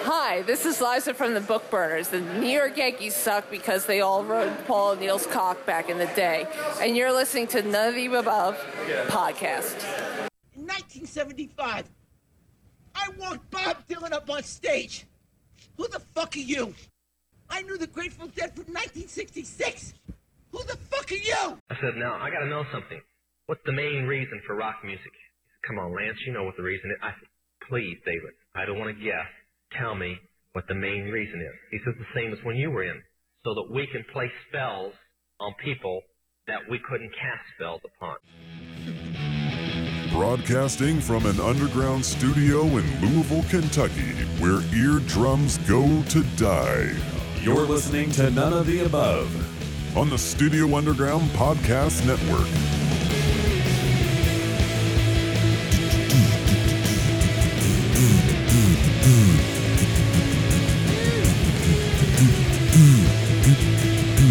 Hi, this is Liza from the Book Burners. The New York Yankees suck because they all rode Paul O'Neill's cock back in the day. And you're listening to None of the Above podcast. In 1975, I walked Bob Dylan up on stage. Who the fuck are you? I knew the Grateful Dead from 1966. Who the fuck are you? I said, now, I gotta know something. What's the main reason for rock music? He said, Come on, Lance, you know what the reason is. I said, please, David, I don't want to guess. Tell me what the main reason is. He says, the same as when you were in, so that we can place spells on people that we couldn't cast spells upon. Broadcasting from an underground studio in Louisville, Kentucky, where eardrums go to die. You're listening to None of the Above. On the Studio Underground Podcast Network.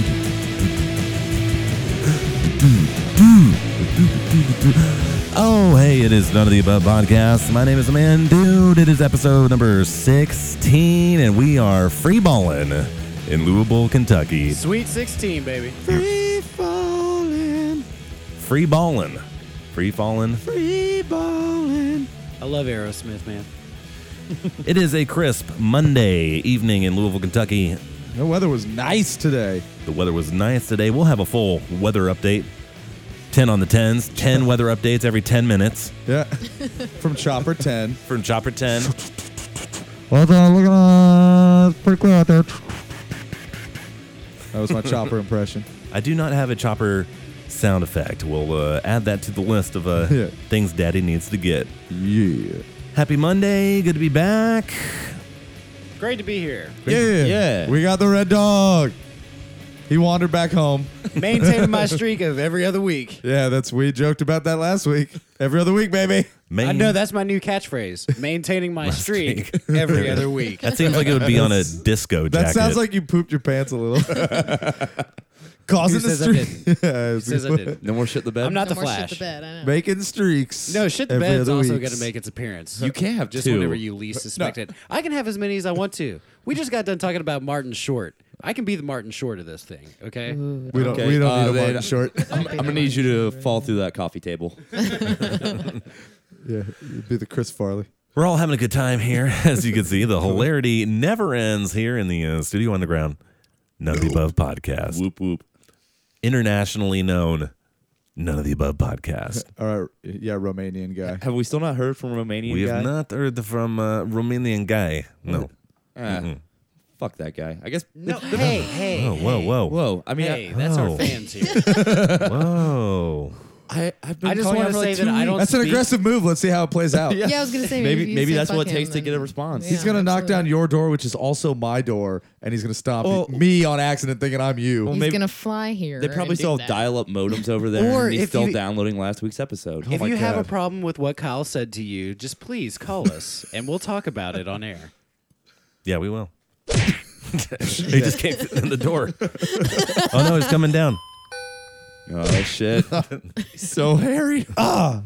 Oh, hey, it is None of the Above podcast. My name is Man Dude. It is episode number 16, and we are freeballing in Louisville, Kentucky. Sweet 16, baby. Free falling. Free balling. Free falling. Free balling. I love Aerosmith, man. It is a crisp Monday evening in Louisville, Kentucky. The weather was nice today. The weather was nice today. We'll have a full weather update. 10 on the 10s, 10 weather updates every 10 minutes Yeah. From Chopper 10. from Chopper 10. Look at look at It's pretty clear out there. That was my Chopper impression. I do not have a chopper sound effect. We'll uh, add that to the list of uh, Yeah. things Daddy needs to get. Yeah. Happy Monday. Good to be back. Great to be here. Yeah. Yeah. We got the red dog. He wandered back home. Maintaining my streak of every other week. Yeah, that's we joked about that last week. Every other week, baby. Main- I know that's my new catchphrase. Maintaining my streak every other week. That seems like it would be on a disco That jacket. sounds like you pooped your pants a little. Who Causing the says I streak. didn't? Yeah, Who says I didn't? No more shit the bed. I'm not the No more shit Flash. the bed, I know. Making streaks. No, shit the every bed's other also week. going to make its appearance. You can have just Two. whenever you least suspect it. I can have as many as I want to. We just got done talking about Martin Short. I can be the Martin Short of this thing, okay? We don't, Okay, we don't uh, need a then- Martin Short. I'm, I'm gonna need you to fall through that coffee table. yeah, it'd be the Chris Farley. We're all having a good time here. As you can see, the hilarity never ends here in the uh, Studio Underground None of the Above podcast. whoop whoop. Internationally known None of the Above podcast. All right, yeah, Romanian guy. Have we still not heard from Romanian We guy? have not heard from uh, Romanian guy. No. Ah, Fuck that guy. I guess. No, hey, hey. Oh, whoa, hey. whoa, Whoa. I mean, Hey, that's Oh. our fans here. whoa. I, I, have been I just calling want to out for like say two that I weeks. don't That's an speak- aggressive move. Let's see how it plays out. Yeah, I was gonna say Maybe- if you maybe said that's what it fuck takes him, to get a then- response. He's gonna knock down your door, which is also my door, and he's gonna stomp Well- me on accident, thinking I'm you. Well, He's maybe- gonna fly here. They probably and do still that. have dial-up modems over there, Or and he's if still you- downloading last week's episode. Oh If you have a God. problem with what Kyle said to you, just please call us and we'll talk about it on air. Yeah, we will. he just came in the door. oh no, he's coming down. oh shit! so hairy. Ah,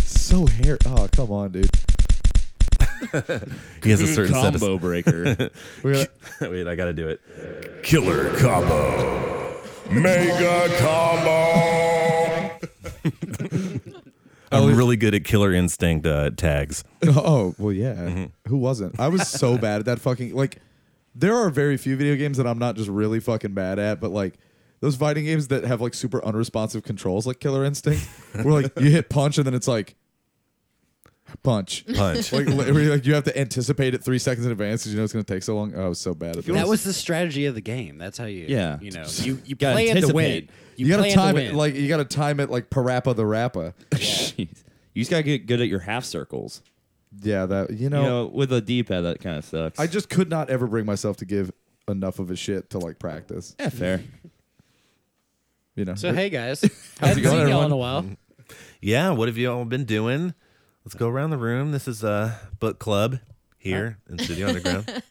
so hairy. Oh, come on, dude. He has a certain set of- Combo breaker. We're gonna- Wait, I gotta do it. Killer Combo. Mega Combo. I'm really good at killer instinct uh, tags. oh well, yeah. Mm-hmm. Who wasn't? I was so bad at that fucking like. There are very few video games that I'm not just really fucking bad at, but like those fighting games that have like super unresponsive controls, like Killer Instinct, where like you hit punch and then it's like punch. Punch. like, li- where you, like you have to anticipate it three seconds in advance because you know it's going to take so long. Oh, I was so bad at this. That was the strategy of the game. That's how you, Yeah. you know, you, you Gotta play it to win. anticipate. you, You, got play to it to time it win. like you got to time it like Parappa the Rappa. Jeez. You just gotta get good at your half circles. Yeah, that you know, You know, with a D-pad, that kind of sucks. I just could not ever bring myself to give enough of a shit to like practice. yeah, fair. You know, so hey guys, how's it going, Y'all everyone? in a while. Yeah, what have you all been doing? Let's go around the room. This is uh, book club here in Studio Underground.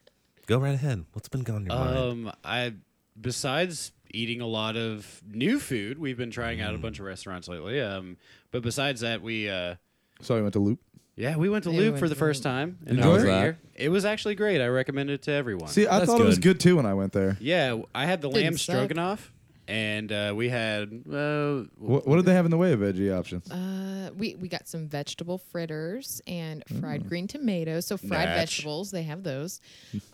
Go right ahead. What's been going on your mind? Um, I besides eating a lot of new food, we've been trying out a bunch of restaurants lately. Um, but besides that, we uh, so I went to loop. Yeah, we went to Yeah, we Loop went for the to first Loop. time. in Enjoy our it? year. It was actually great. I recommend it to everyone. See, I That's thought it was good. good too when I went there. yeah, w- I had the Didn't lamb suck. stroganoff, and uh, we had uh, What, what did they have in the way of veggie options? Uh, we we got some vegetable fritters and fried green tomatoes. So fried Natch. vegetables, they have those.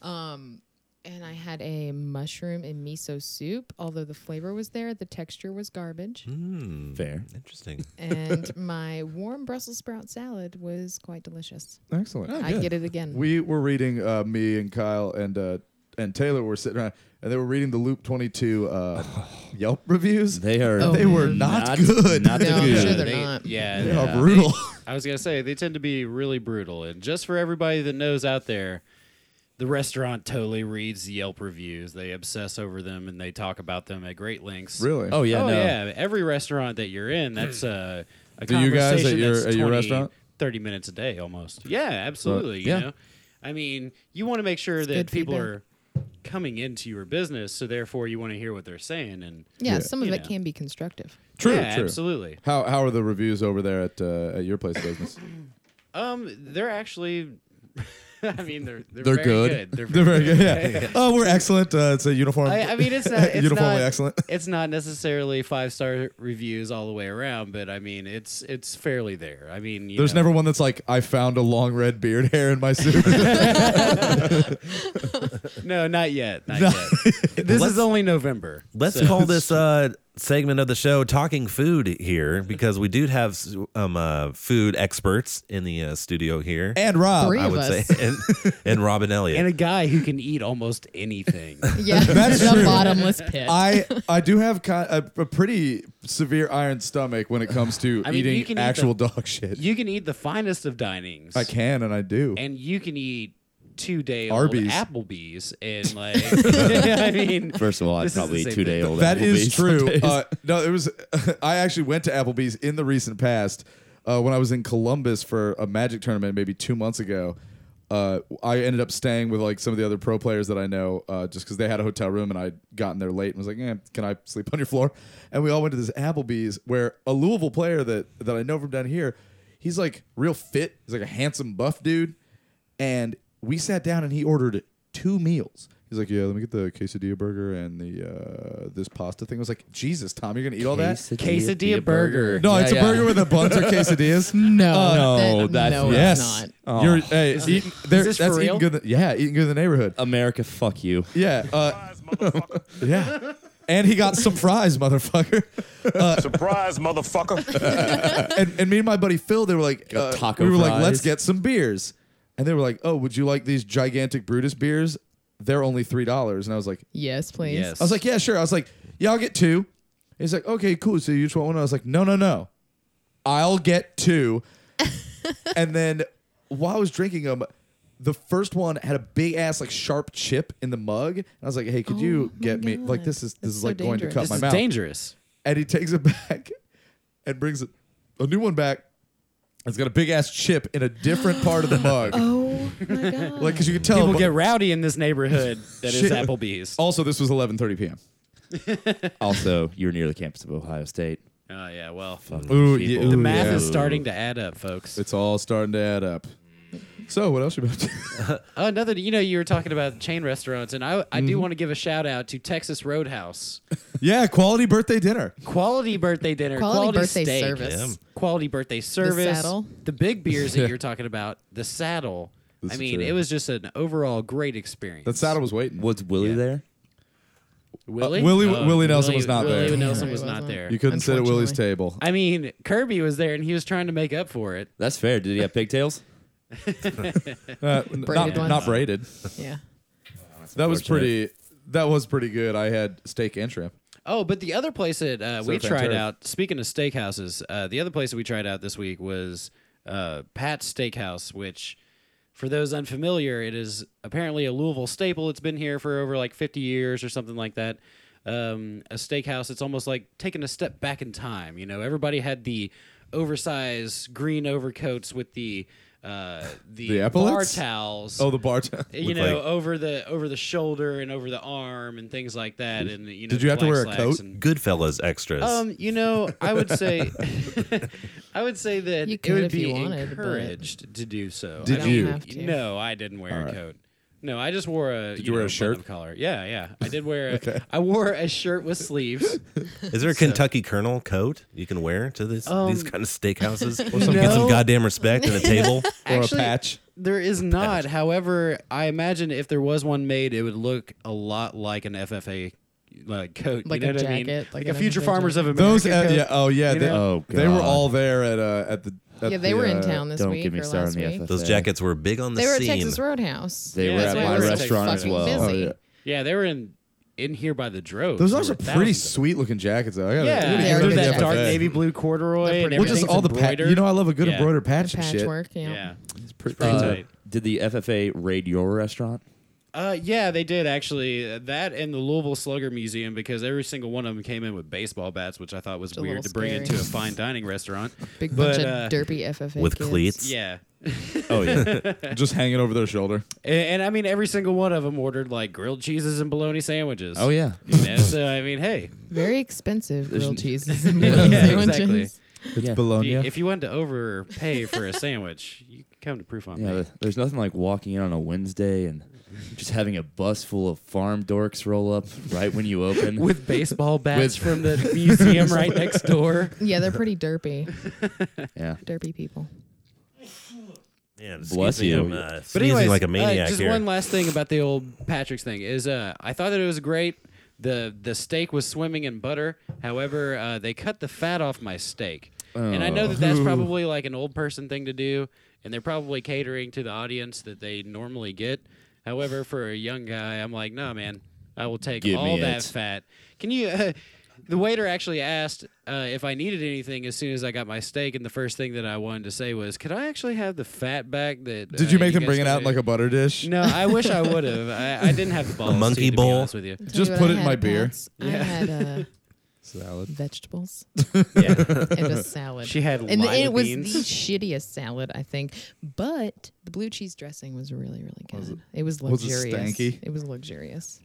um, and I had a mushroom and miso soup. Although the flavor was there, the texture was garbage. Mm. Fair. Hmm. Interesting. and my warm Brussels sprout salad was quite delicious. Excellent. I get it again. We were reading uh, me and Kyle and uh, and Taylor were sitting around and they were reading the Loop 22 uh, Yelp reviews. They are. Oh, They were man. not, Not- good. not no, the I'm sure good. they're they- not. Yeah, they yeah. are brutal. I was gonna say they tend to be really brutal, and just for everybody that knows out there, the restaurant totally reads Yelp reviews. They obsess over them and they talk about them at great lengths. really? Oh yeah. oh no. yeah. Every restaurant that you're in, that's uh, a Do you conversation guys at your- that's at your 20, restaurant? thirty minutes a day almost. Yeah, absolutely. yeah. You know, I mean, you want to make sure that good people feedback. are coming into your business, so therefore you want to hear what they're saying. And Yeah, some of You it know. can be constructive. True, yeah, true. absolutely. How how are the reviews over there at uh, at your place of business? Um, they're actually. I mean, they're they're, They're very good. They're, They're very good. Yeah. Oh, we're excellent. Uh, it's a uniform. I, I mean, it's not it's uniformly not, excellent. It's not necessarily five star reviews all the way around, but I mean, it's it's fairly there. I mean, you There's know. never one that's like, I found a long red beard hair in my soup. No, not yet. Not yet. This is only November. Let's so- call this uh, segment of the show "Talking Food" here because we do have um, uh, food experts in the uh, studio here. and Rob. Three I of would us. say, and, and Robin Elliott. And a guy who can eat almost anything. Yeah, That's the true. bottomless pit. I I do have ki a, a pretty severe iron stomach when it comes to I mean, you eating can eat actual the- dog shit. you can eat the finest of dinings. I can and I do. And you can eat two day old Arby's. Applebee's and like I mean First of all, I'd This is probably the same eat two day thing. old. That is Applebee's true. somedays. Uh, no, it was. I actually went to Applebee's in the recent past uh, when I was in Columbus for a Magic tournament, maybe two months ago. Uh, I ended up staying with like some of the other pro players that I know, uh, just because they had a hotel room and I got in there late and was like, eh, "Can I sleep on your floor?" And we all went to this Applebee's where a Louisville player that that I know from down here, he's like real fit. He's like a handsome buff dude, and we sat down and he ordered two meals. He's like, yeah, let me get the quesadilla burger and the uh, this pasta thing. I was like, Jesus, Tom, you're gonna eat all that? Quesadilla burger. No, it's a burger with a buns or quesadillas. Uh, no, Oh, no, that- that's- Oh. no, it's yes, not. you're hey, eating, there- this that's for eating real? good. yeah, eating good in the neighborhood. America, fuck you. Yeah, uh, yeah. And he got some fries, motherfucker. Uh, Surprise, motherfucker. And, and me and my buddy Phil, they were like, Got uh, taco we were like, fries. let's get some beers. And they were like, oh, would you like these gigantic Brutus beers? They're only three dollars. And I was like, Yes, please. Yes. I was like, yeah, sure. I was like, yeah, I'll get two. He's like, okay, cool. So you just want one? I was like, no, no, no. I'll get two. and then while I was drinking them, the first one had a big ass like sharp chip in the mug. And I was like, hey, could you Oh my get me God. like this is this That's is so like going to dangerous. cut this my is mouth. dangerous. And he takes it back and brings a, a new one back. It's got a big ass chip in a different part of the mug. Oh my god. Like, cause you could tell. People but- get rowdy in this neighborhood that is Shit. Applebee's. Oh also, this was 11:30 p.m. Also, you're near the campus of Ohio State. Oh, yeah, well Ooh, People. yeah, The ooh, the math yeah. is starting to add up, folks. It's all starting to add up. So, what else you about to do? Oh, another, you know, you were talking about chain restaurants, and I, I Mm-hmm. do want to give a shout out to Texas Roadhouse. Yeah, quality birthday dinner. Quality birthday dinner, Quality quality, birthday steak, service. Damn. quality birthday service, saddle. the big beers that you're talking about, the saddle. I is mean, true. it was just an overall great experience. That saddle was waiting. Was Willie there? Willie. Oh, Uh, Willie- Willie Nelson was not Willie there. Nelson was He not wasn't. there. You couldn't sit at Willie's Unfortunately. table. I mean, Kirby was there, and he was trying to make up for it. That's fair. Did he have pigtails? Uh, n- Braided not, ones. not braided. yeah. That was pretty. That was pretty good. I had steak and shrimp. Oh, but the other place that uh, we Surf and tried turf. out, speaking of steakhouses, uh, the other place that we tried out this week was uh, Pat's Steakhouse, which, for those unfamiliar, it is apparently a Louisville staple. It's been here for over like 50 years or something like that. Um, a steakhouse, it's almost like taking a step back in time. You know, everybody had the oversized green overcoats with the uh, the, The bar epaulets? towels. Oh, the bartender. you with, know, oh, like- over the over the shoulder and over the arm and things like that. And you know, Did the you have to black wear a slacks coat? and- Goodfellas extras. um, you know, I would say, I would say that You it could would if be you wanted, but- encouraged to do so. I Did don't- you? have to. No, I didn't wear a coat. No, I just wore a. you wear a know, shirt? button-up collar? Yeah, yeah. I did wear. A, I wore a shirt with sleeves. Is there a Kentucky Colonel coat you can wear to this, Um, these kind of steakhouses? Or some- Get some Um, No. goddamn respect at a table. or Actually, a patch. There is not. However, I imagine if there was one made, it would look a lot like an FFA like coat. Like you know a what I mean? jacket, like, like a an Future FFA Farmers of America. Those, uh, coat. yeah, oh yeah, You they, know? Oh, they were God. all there at uh, at the. At Yeah, they the, were in uh, town this Don't week get me or started last on the week. FFA. Those jackets were big on the They were at scene. Texas Roadhouse. They Yeah, were that's at why my it was restaurant as fucking well. busy. Oh, yeah. Yeah, they were in in here by the droves. Those There are were some pretty thousands of sweet looking jackets though. I gotta, Yeah, we need to They're they're go to good that the dark FFA. navy blue corduroy They're and pretty Well, just everything's all the pat- embroidered. you know I love a good Yeah. embroidered patch and shit. Patchwork, yeah. yeah. It's pretty, Pretty uh, tight. Did the FFA raid your restaurant? Uh, yeah, they did actually. Uh, That and the Louisville Slugger Museum because every single one of them came in with baseball bats, which I thought was a weird to little bring scary. into a fine dining restaurant. Big But, bunch uh, of derpy FFA with kids. cleats. Yeah, Oh yeah. just hanging over their shoulder. and, and I mean every single one of them ordered like grilled cheeses and bologna sandwiches. oh yeah. You know, so I mean, hey, Very expensive grilled cheeses. yeah, exactly. It's yeah. If you, Bologna. if you wanted to overpay for a sandwich, you can come to proof on Yeah, me. th- there's nothing like walking in on a Wednesday and just having a bus full of farm dorks roll up right when you open. With baseball bats from the museum right next door. Yeah, they're pretty derpy. yeah. Derpy people. Yeah, excuse Bless me, you. I'm, uh, But sneezing anyways, like a uh, maniac just here. one last thing about the old Patrick's thing is uh, I thought that it was great. The the steak was swimming in butter. However, uh, they cut the fat off my steak, and I know that Oh. that's probably like an old person thing to do, and they're probably catering to the audience that they normally get. However, for a young guy, I'm like, nah, man, I will take Give all me that it. fat. Can you? uh, the waiter actually asked uh, if I needed anything as soon as I got my steak, and the first thing that I wanted to say was, "Could I actually have the fat back?" That Did uh, you make them guys bring it out in donated?" like a butter dish? No, I wish I would have. I, I didn't have the balls. monkey to, to be bowl? honest with you. Tell Just you what put I it in had my at beer. Pat's. I had uh, Salad. vegetables Yeah, and a salad. she had and lima it was beans. the shittiest salad, I think. But the blue cheese dressing was really, really good. it? was was it luxurious. stanky? It was luxurious.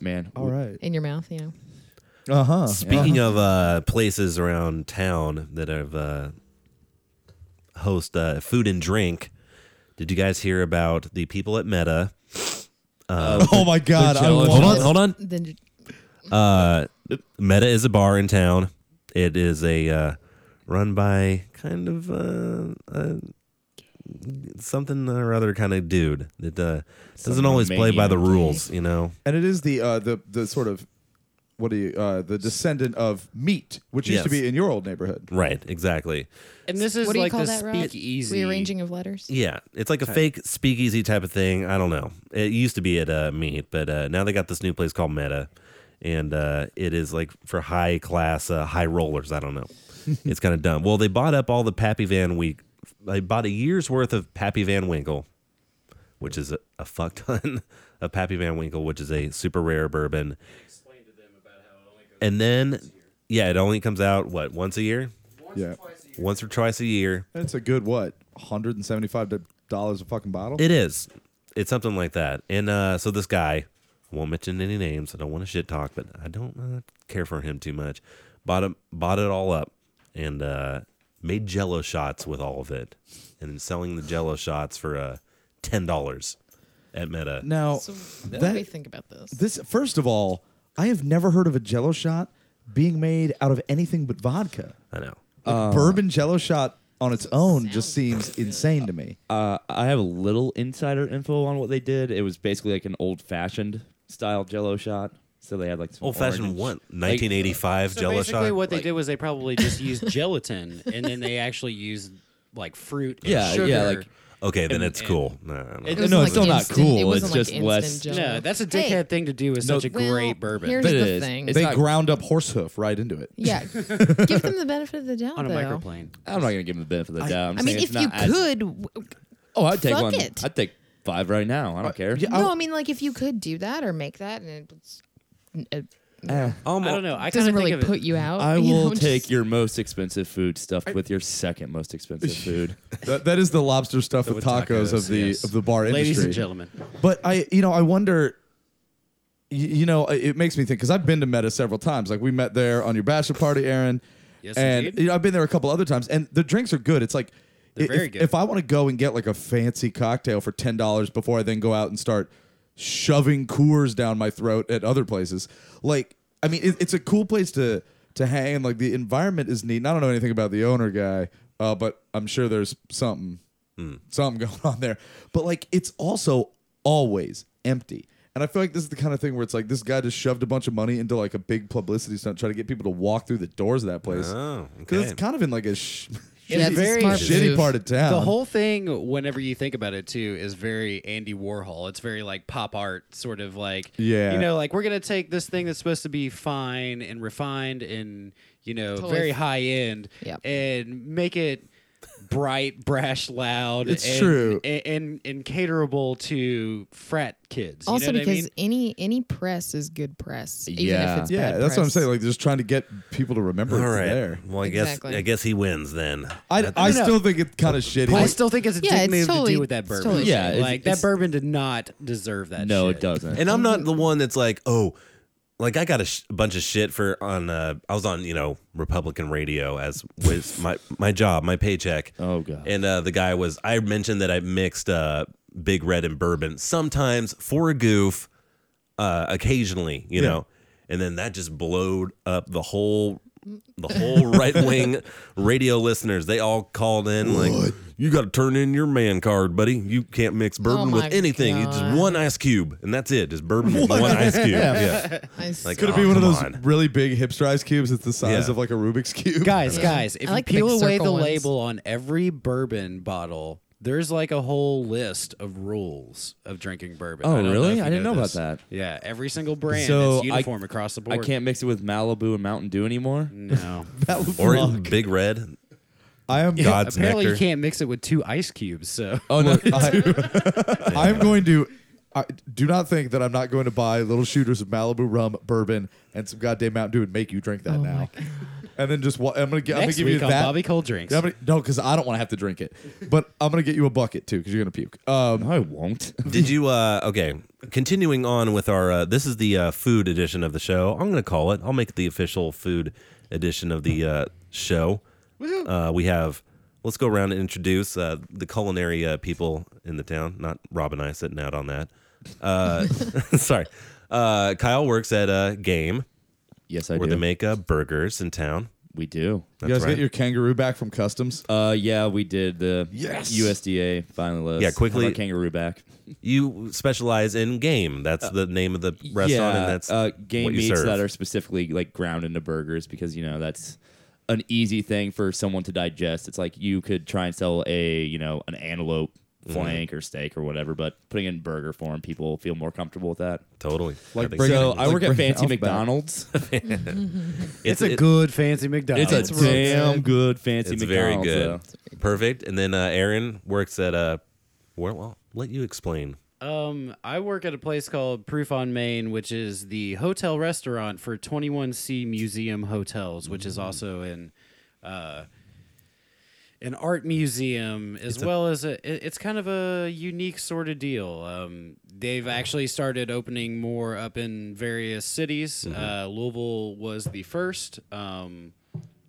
Man. All right. In your mouth, you know. Uh huh. Speaking of uh, places around town that have uh, host uh, food and drink, did you guys hear about the people at Meta? Oh my God! I jealous. love- Hold on, hold on. Then Uh, Meta is a bar in town. It is a uh, run by kind of uh, uh, something or other kind of dude that uh, doesn't Some always play by the maniac. rules, you know. and it is the uh, the the sort of what do you uh, the descendant of meat, which used to Yes. be in your old neighborhood. Right, exactly. and this is what do you like call the that, Rob? speakeasy. rearranging of letters. Yeah, it's like a fake speakeasy type of thing. I don't know. It used to be at uh, Meat, but uh, now they got this new place called Meta, and uh, it is like for high class uh, high rollers. I don't know. it's kind of dumb. Well, they bought up all the Pappy Van Week. They bought a year's worth of Pappy Van Winkle, which is a, a fuck ton of Pappy Van Winkle, which is a super rare bourbon. And then, yeah, it only comes out what once a year, Yeah, once or twice a year. and it's a good what, hundred and seventy-five dollars a fucking bottle. It is. It's something like that. And uh, so this guy, I won't mention any names. I don't want to shit talk, but I don't uh, care for him too much. Bought him, bought it all up, and uh, made Jello shots with all of it, and then selling the Jello shots for uh, ten dollars at Meta. now, So what that- do we think about this? this first of all, I have never heard of a Jello shot being made out of anything but vodka. I know. Like, bourbon Jello shot on its own just seems insane to me. Uh, I have a little insider info on what they did. It was basically like an old fashioned style jello shot. So they had like uh, some Old fashioned orange- what? 1985 So Jello basically, shot. what they like- did was they probably just used gelatin, and then they actually used like fruit. And Yeah, sugar. yeah, like- okay, then and- it's and- cool. No, no, no. It- wasn't no, it's still not instant- cool. It wasn't It's like just instant less- Jello. no, that's a Hey, dickhead thing to do with such a well, great bourbon. here's But the it is. thing. It's They not- ground up horsehoof right into it. yeah, give them the benefit of the doubt. on a though. microplane. I'm not gonna give them the benefit of the doubt. I'm I mean, saying if it's you not as- could, w- oh, I'd take fuck one. it. I'd take five right now. I don't care. yeah, eh. no, I mean, like if you could do that or make that, and it's, uh, I don't know. I kind doesn't of really think of put it. you out. I you will know, take just- your most expensive food stuffed with your second most expensive food. That, that is the lobster stuff with with tacos, of tacos, the yes. of the bar industry. Ladies and gentlemen, But I, you know, I wonder. y- You know, i- it makes me think because I've been to Meta several times. Like we met there on your bachelor party, Aaron. Yes, and indeed. you know, I've been there a couple other times, and the drinks are good. It's like i- if, very good. if I want to go and get like a fancy cocktail for ten dollars before I then go out and start shoving Coors down my throat at other places, like I mean, it, it's a cool place to to hang. and, Like the environment is neat. And I don't know anything about the owner guy, uh, but I'm sure there's something Mm. something going on there. But like it's also always empty. And I feel like this is the kind of thing where it's like this guy just shoved a bunch of money into like a big publicity stunt, trying to get people to walk through the doors of that place. Oh, 'Cause okay. it's kind of in like a sh- Yeah, it's a very smart shitty move. part of town. the whole thing, whenever you think about it too, is very Andy Warhol. It's very like pop art, sort of like Yeah. you know, like we're gonna take this thing that's supposed to be fine and refined and you know Totally. very high end, Yep. and make it bright, brash, loud. It's and, true. and, and and caterable to frat kids. you Also, know what I because mean? any any press is good press, even Yeah. if it's yeah, bad that's what I'm press. saying. Like just trying to get people to remember All it's right. there. Well, I Exactly. guess I guess he wins then. I, I, no. still think it's kind of shitty. I still think it's a Yeah, dick it's move to totally- do with that it's bourbon. totally Yeah, shitty. like it's- that bourbon did not deserve that. No, shit. it doesn't. And I'm not the one that's like, oh, like I got a sh- bunch of shit for on. Uh, I was on, you know, Republican radio as was my my job, my paycheck. Oh, God. And uh, the guy was. I mentioned that I mixed uh, Big Red and bourbon sometimes for a goof, uh, occasionally, you know. And then that just blowed up the whole. The whole right wing radio listeners, they all called in like, "You got to turn in your man card, buddy. You can't mix bourbon Oh with my anything. It's just God. one ice cube, and that's it. Just bourbon with one ice cube. Yeah. I s- Like, Could it oh, be one of come those on. really big hipster ice cubes? It's the size Yeah. of like a Rubik's cube. guys, guys, if I like the you peel big away the circle ones. label on every bourbon bottle, there's like a whole list of rules of drinking bourbon. Oh, I don't really? if you I didn't know about this. that. Yeah, every single brand So it's I- uniform across the I board. can't mix it with Malibu and Mountain Dew anymore. No. Or Big Red. I am God's Apparently, you nectar. can't mix it with two ice cubes. So Oh no, I, I'm going to. I do not think that I'm not going to buy little shooters of Malibu rum, bourbon, and some goddamn Mountain Dew and make you drink that Oh now. my And then just wa- I'm gonna get. I'm gonna Next give you week on that. Bobby Cole Drinks. Yeah, I'm gonna- no, because I don't want to have to drink it. But I'm gonna get you a bucket too, because you're gonna puke. Um, I won't. Did you? Uh, okay. Continuing on with our. Uh, this is the uh, food edition of the show. I'm going to call it. I'll make it the official food edition of the uh, show. Uh, we have. Let's go around and introduce uh, the culinary uh, people in the town. Not Rob and I sitting out on that. Uh, sorry. Uh, Kyle works at a game Yes, I where do. they make uh, burgers in town. we do. you guys right. get your kangaroo back from customs. Uh, yeah, we did the Yes. USDA finally list. Yeah, Have quickly- our kangaroo back. Uh, You specialize in game. That's the name of the restaurant, yeah, and that's uh, game what you meats serve. that are specifically like ground into burgers because you know that's an easy thing for someone to digest. It's like you could try and sell a you know an antelope Mm-hmm. flank or steak or whatever, but putting it in burger form, people feel more comfortable with that. Totally. Like I think bring- so. So It's I like work at bringing Fancy Alf back. McDonald's. It's, it- good fancy McDonald's. it's a real damn good Fancy It's very McDonald's. good. though. Perfect. And then uh, Aaron works at a. Well, well, let you explain. Um, I work at a place called Proof on Main, which is the hotel restaurant for 21C Museum Hotels, which Mm. is also in uh, an art museum as well as a. it- It's kind of a unique sort of deal. Um, they've actually started opening more up in various cities. Uh, Louisville was the first. Um,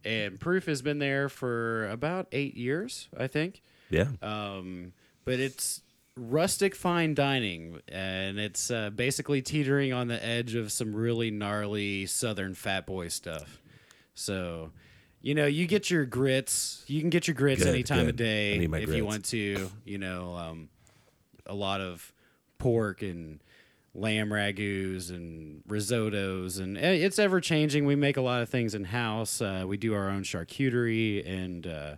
and Proof has been there for about eight years, I think. Yeah. Um, but it's rustic fine dining, and it's uh, basically teetering on the edge of some really gnarly Southern fat boy stuff. So, you know, you get your grits. You can get your grits Good, any time good. of day I if need my you grits. want to. You know, um, a lot of pork and lamb ragouts and risottos and eh, it's ever changing we make a lot of things in house uh, we do our own charcuterie and uh,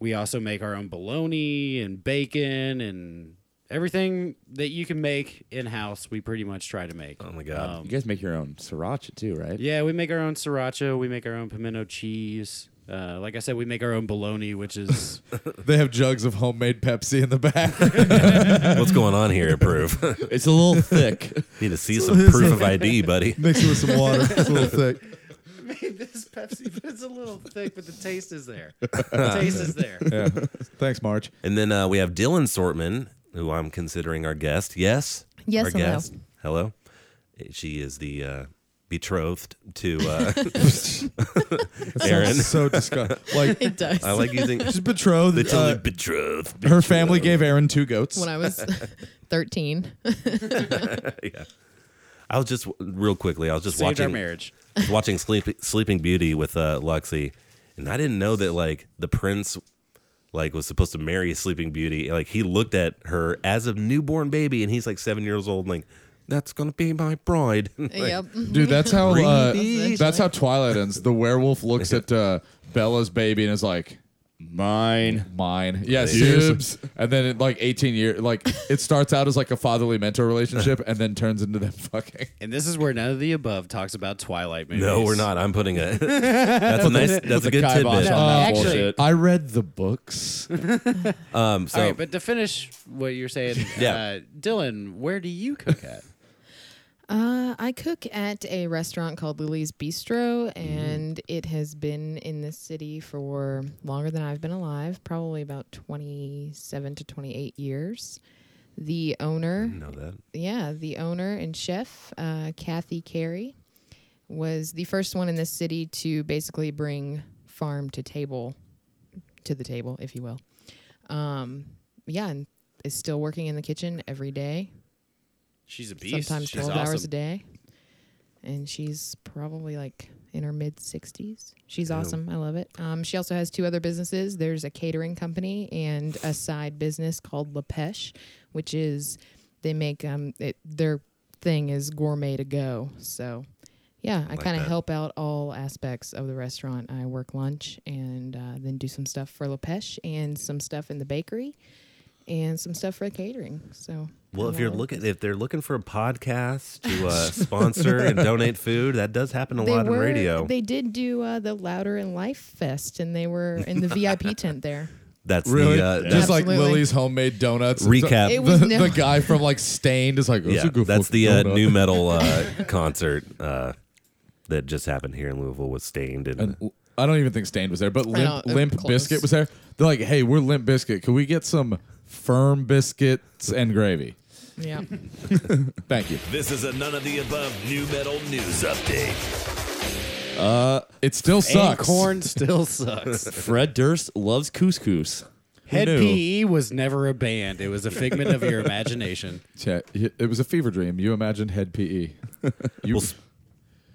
we also make our own bologna and bacon and everything that you can make in house. We pretty much try to make. Um, Oh my god. Um, You guys make your own sriracha too, right? Yeah, we make our own sriracha. We make our own pimento cheese. Uh, like I said, we make our own bologna, which is They have jugs of homemade Pepsi in the back. What's going on here? Proof. It's a little thick. Need to see some proof of ID, buddy. Mix it with some water. It's a little thick. made this Pepsi, but it's a little thick, but the taste is there. The taste is there. Thanks, March. And then uh, we have Dylan Sortman, who I'm considering our guest. Yes. Yes, Our hello. guest. Hello. She is the uh, betrothed to uh, Aaron. Sounds so disgusting. Like It does. I like using. she's betrothed. They totally uh, betrothed. her family gave Aaron two goats. when I was 13. yeah. I was just real quickly. I was just Saved our watching marriage. was watching Sleep, Sleeping Beauty with uh, Luxie, and I didn't know that like the prince like was supposed to marry Sleeping Beauty. Like he looked at her as a newborn baby, and he's like seven years old, and like that's gonna be my bride. Like, yep. Dude, that's how uh, Creepy. that's how Twilight ends. The werewolf looks at uh, Bella's baby and is like, Mine. "Mine, yeah, seriously." And then it, like 18 years, like it starts out as like a fatherly mentor relationship, and then turns into them fucking. And this is where none of the above talks about Twilight movies. No, we're not. I'm putting a. that's a nice. That's a good kibosh tidbit. on that actually- bullshit. I read the books. Um, so All right, but to finish what you're saying, Yeah. uh, Dylan, where do you cook at? Uh, I cook at a restaurant called Lily's Bistro, Mm. and it has been in this city for longer than I've been alive, probably about 27 to 28 years. The owner, know that. yeah, the owner and chef, uh, Kathy Carey, was the first one in this city to basically bring farm to table, to the table, if you will. Um, yeah, and is still working in the kitchen every day She's a beast. sometimes She's 12 hours awesome. a day. And she's probably like in her mid 60s. She's awesome. I love it. Um, she also has two other businesses there's a catering company and a side business called La Peche, which is they make um, it, their thing is gourmet to go. So, yeah, I kind of that. help out all aspects of the restaurant. I work lunch and uh, then do some stuff for La Peche and some stuff in the bakery and some stuff for catering. So, Well, I'm if you're all- looking, if they're looking for a podcast to uh, sponsor and donate food, that does happen a lot on radio. They did do uh, the Louder and Life Fest, and they were in the VIP tent there. that's Really, the uh, just that's- like Absolutely. Lily's homemade donuts. Recap. The, It was the- no- the guy from like Stained is like, "That's yeah, a good that's fucking the uh, donut." new metal uh, concert uh, that just happened here in Louisville was stained and, and I don't even think Stained was there, but Limp, don't- uh, Limp close. Biscuit was there. They're like, hey, we're Limp Biscuit. Can we get some firm biscuits and gravy? Yeah. Thank you. This is a none of the above new metal news update. It still Uh, And sucks. corn still sucks. Fred Durst loves couscous. Head knew? PE was never a band. It was a figment of your imagination. Yeah, y- it was a fever dream. You imagined head E. PE. You,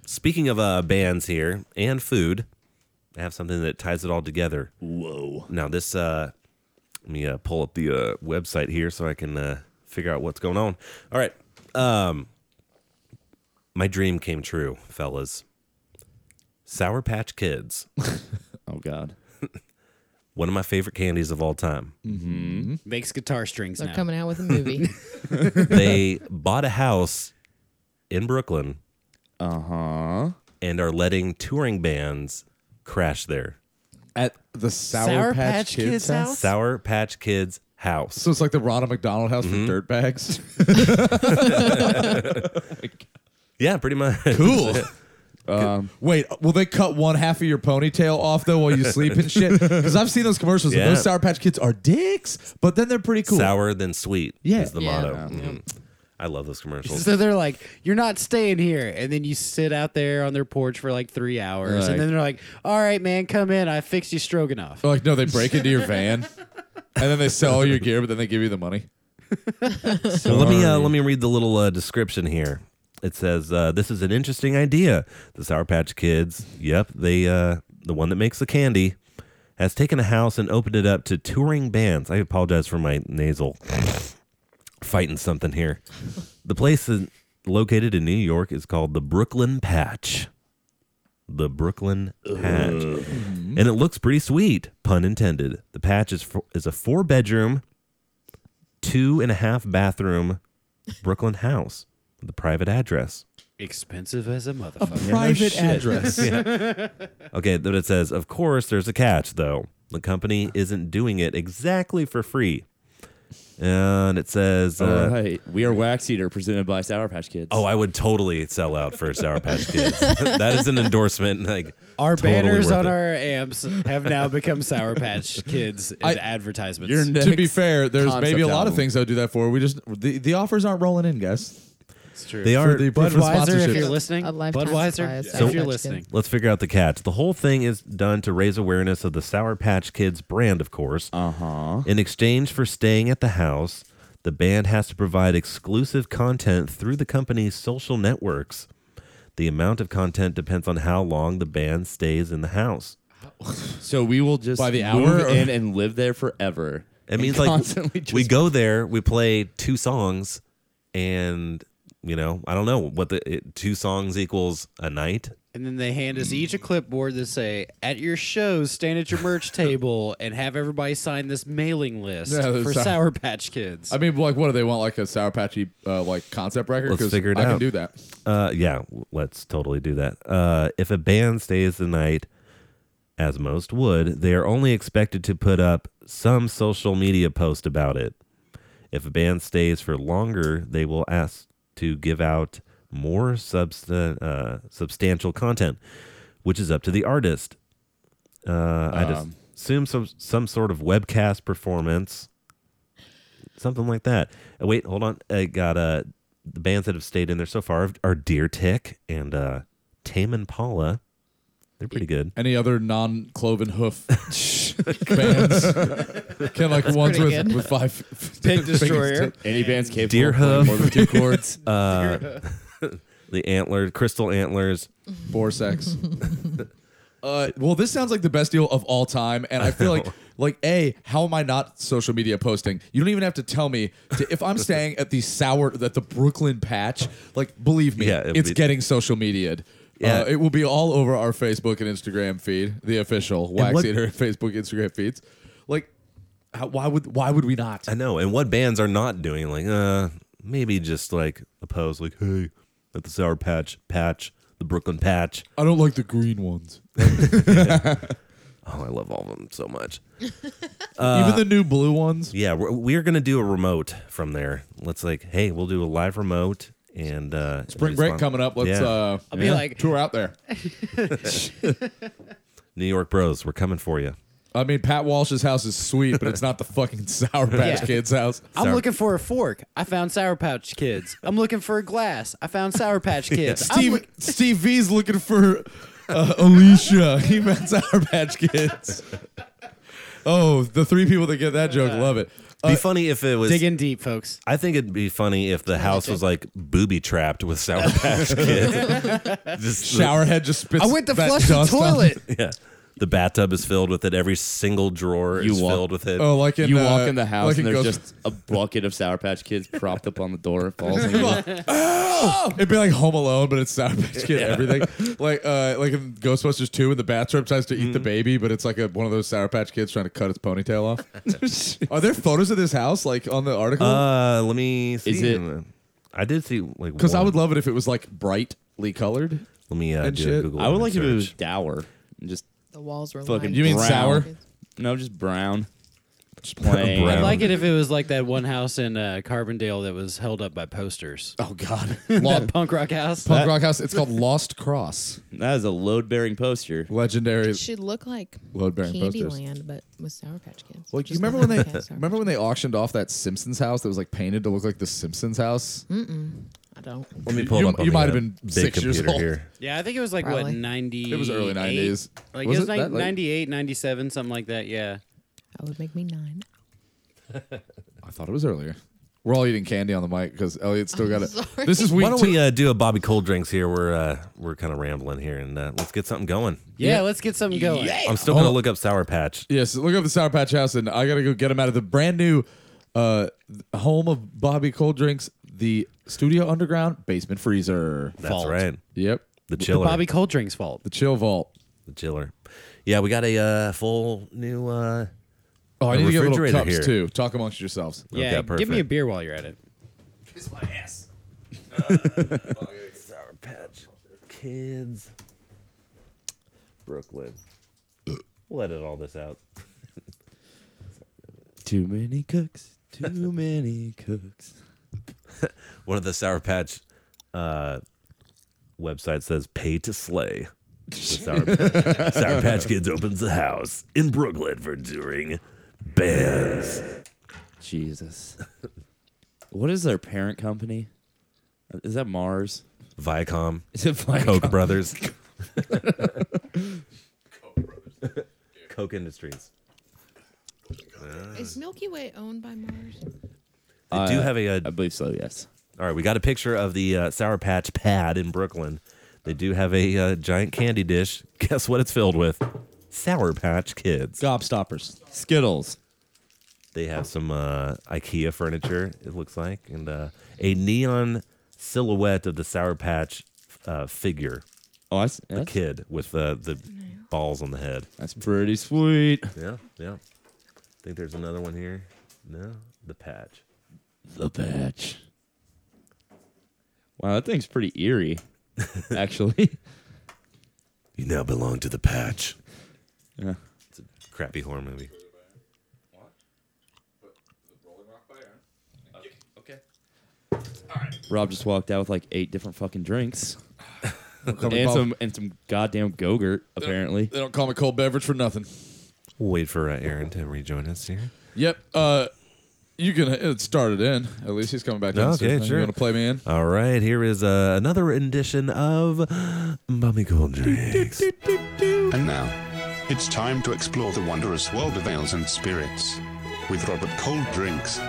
Speaking of uh, bands here and food, I have something that ties it all together. Whoa! Now this, uh, let me uh, pull up the uh, website here so I can uh, figure out what's going on. All right, um, my dream came true, fellas. Sour Patch Kids, Oh God. one of my favorite candies of all time. Makes guitar strings They're now. coming out with a movie. they bought a house in Brooklyn Uh Uh-huh. huh. and are letting touring bands crash there. at the Sour, Patch, Kids, house? Sour Patch Kids house. So it's like the Ronald McDonald house Mm-hmm. for dirtbags. Yeah, pretty much. cool. Um, Wait, will they cut one half of your ponytail off though while you sleep and shit? Because I've seen those commercials. Yeah. And those Sour Patch Kids are dicks, but then they're pretty cool. Sour than sweet Yeah. is the Yeah. motto. Mhm. I love those commercials. So they're like, you're not staying here. And then you sit out there on their porch for like three hours. Right. And then they're like, all right, man, come in. I fixed you stroganoff. Like, no, they break into your van and then they sell all your gear, but then they give you the money. So let me uh, let me read the little uh, description here. It says uh, this is an interesting idea. The Sour Patch Kids, yep, they uh, the one that makes the candy, has taken a house and opened it up to touring bands. I apologize for my nasal fighting something here. The place is located in New York is called the Brooklyn Patch. The Brooklyn Patch, and it looks pretty sweet, pun intended. The patch is fo- is a four bedroom two and a half bathroom Brooklyn house with a private address. Expensive as a motherfucker. private address. Okay, but it says, of course, there's a catch, though. The company isn't doing it exactly for free. And it says, All uh, right, we are Wax Eater, presented by Sour Patch Kids. oh, I would totally sell out for Sour Patch Kids. that is an endorsement. Like Our totally banners worth on it. our amps have now become Sour Patch Kids and I- advertisements. Your next to be fair, there's concept maybe a lot album. of things I would do that for. We just the, the offers aren't rolling in, guys. It's true. They For are. the for Budweiser, if sponsorships. you're listening, A lifetime supply Budweiser, of if Sour you're Patch listening, Let's figure out the catch. The whole thing is done to raise awareness of the Sour Patch Kids brand, of course. Uh huh. In exchange for staying at the house, the band has to provide exclusive content through the company's social networks. The amount of content depends on how long the band stays in the house. So we will just By the move hour, or- in and live there forever. It And means like constantly we just- go there, we play two songs, and you know I don't know what the it, two songs equals a night. and then they hand us each a clipboard that say, "At your shows, stand at your merch table, and have everybody sign this mailing list Yeah, for that's how- Sour Patch Kids." I mean, like, what do they want? Like a Sour Patchy uh, like concept record? Let's 'Cause figure it I out. can do that. Uh, yeah, w- let's totally do that. Uh, if a band stays the night, as most would, they are only expected to put up some social media post about it. If a band stays for longer, they will ask to give out more substan- uh, substantial content, which is up to the artist. Uh, I just Um. assume some some sort of webcast performance, something like that. Uh, wait, hold on. I got uh, the bands that have stayed in there so far are Deer Tick and uh, Tame Impala. They're pretty good. Any other non-cloven hoof bands? Can like ones pretty with, good. with five Pig fingers Destroyer. to- any band's capable Deer of playing Hoof. more than two chords. Uh, the Antler, Crystal Antlers. Four sex. uh, well, this sounds like the best deal of all time, and I feel like, like, a, how am I not social media posting? You don't even have to tell me to, if I'm staying at the sour at the Brooklyn Patch. Like, believe me, Yeah, it'll it's be- getting social mediaed. Yeah. Uh, it will be all over our Facebook and Instagram feed, the official Wax what- Eater Facebook Instagram feeds. Like, how, why would why would we not? I know. And what bands are not doing like uh maybe just like a pose like hey at the Sour Patch Patch the Brooklyn Patch. I don't like the green ones. Oh, I love all of them so much. even the new blue ones. Yeah, we're, we're gonna do a remote from there. Let's like hey we'll do a live remote and uh Spring break coming up. Let's Yeah. uh, I'll be like- tour out there. New York Bros. We're coming for you. I mean, Pat Walsh's house is sweet, but it's not the fucking Sour Patch Yeah. Kids house. I'm Sour- looking for a fork. I found Sour Patch Kids. I'm looking for a glass. I found Sour Patch Kids. I'm Steve look- Steve V's looking for uh, Alicia. He meant Sour Patch Kids. Oh, the three people that get that joke love it. Uh, Be funny if it was. dig in deep, folks. I think it'd be funny if the house was like booby trapped with Sour Patch Kids. Just the- Showerhead just spits. I went to that flush the dust on- toilet. Yeah. The bathtub is filled with it. Every single drawer You is walk- filled with it. Oh, like in you uh, walk in the house like and in there's Ghost- just a bucket of Sour Patch Kids propped up on the door. It falls. on you. Oh! It'd be like Home Alone, but it's Sour Patch Kid everything. Like uh, like in Ghostbusters Two, when the bathroom tries to eat Mm. the baby, but it's like a, one of those Sour Patch Kids trying to cut its ponytail off. Are there photos of this house like on the article? Oh, Uh, let me see. Is it- I did see like Because I one. would love it if it was like brightly colored. Let me uh, and do a shit. Google. I would image like if it was search. dour and just The walls were Fucking- lined you mean with sour? Sour no, just brown. Just plain. Brown. I'd Um, like it if it was like that one house in uh, Carbondale that was held up by posters. Oh God, Lo- That punk rock house. punk rock house. It's called Lost Cross. That is a load-bearing poster. Legendary. It should look like Load-bearing posters. Candyland, but with Sour Patch Kids. Like you Just remember not when like they that Sour remember when they auctioned off that Simpsons house that was like painted to look like the Simpsons house? Patch- I don't. Let me pull it you- up. on you the, might have uh, been big six years computer old. here. Yeah, I think it was like what Probably. 90 It was early 90s. Like it Was was it ni- that late? 98, 97, something like that, yeah. That would make me nine. I thought it was earlier. We're all eating candy on the mic because Elliot's still got it. sorry. This is week Why don't two. we uh, do a Bobby Cold drinks here? We're uh, we're kind of rambling here, and uh, let's get something going. Yeah, let's get something going. I'm still Oh. gonna look up Sour Patch. Yes, look up the Sour Patch House, and I gotta go get him out of the brand new uh, home of Bobby Cold Drinks, the Studio Underground basement freezer. That's Vault. right. Yep, The The chiller. Bobby Cold Drink's fault. the chill vault. The chiller. Yeah, we got a uh, full new. Uh, Oh, I A need to get little refrigerator cups here. too. Talk amongst yourselves. Okay, yeah, give me a perfect. beer while you're at it. Uh, Patch Kids, Brooklyn. we'll edit all this out. Too many cooks. Too many cooks. One of the Sour Patch uh, websites says pay to slay. The Sour, Patch, Sour Patch Kids opens the house in Brooklyn for touring bands. Jesus. What is their parent company? Is that Mars? Viacom, Is it Viacom? Coke Brothers, Coke Industries. Is Milky Way owned by Mars? They do have a, uh, I believe so. Yes. All right, we got a picture of the uh, Sour Patch pad in Brooklyn. They do have a uh, giant candy dish. Guess what it's filled with? Sour Patch Kids. Gobstoppers. Skittles. They have some uh, IKEA furniture, it looks like, and uh, a neon silhouette of the Sour Patch uh, figure, Oh, I s- the that's, kid with uh, the balls on the head. that's pretty sweet. Yeah, yeah. Think there's another one here? No, the patch. The patch. Wow, that thing's pretty eerie, actually. You now belong to the patch. yeah. It's a crappy horror movie. Rob just walked out with like eight different fucking drinks Call me and Bob- some and some goddamn gogurt apparently. They don't call me cold beverage for nothing. We'll wait for uh, Aaron to rejoin us here. Yep. Uh, you can it started in. At least he's coming back. in Okay, soon. sure. You want to play me in? All right, here is uh, another rendition of Mummy Cold Drinks. And now, it's time to explore the wondrous world of ales and spirits with Robert Cold Drinks.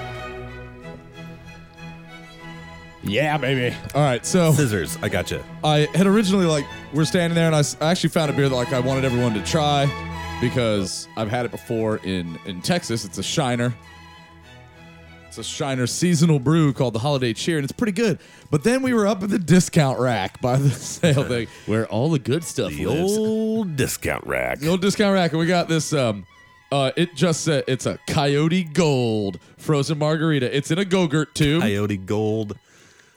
Yeah, baby. All right. So Scissors, I gotcha. I had originally like we're standing there, and I, s- I actually found a beer that like I wanted everyone to try because I've had it before in in Texas. It's a Shiner. It's a Shiner seasonal brew called the Holiday Cheer, and it's pretty good. But then we were up at the discount rack by the sale thing. Where all the good stuff The lives. old discount rack. The old discount rack, and we got this. Um, uh, it just said it's a Coyote Gold frozen margarita. It's in a Go-Gurt tube. Coyote Gold.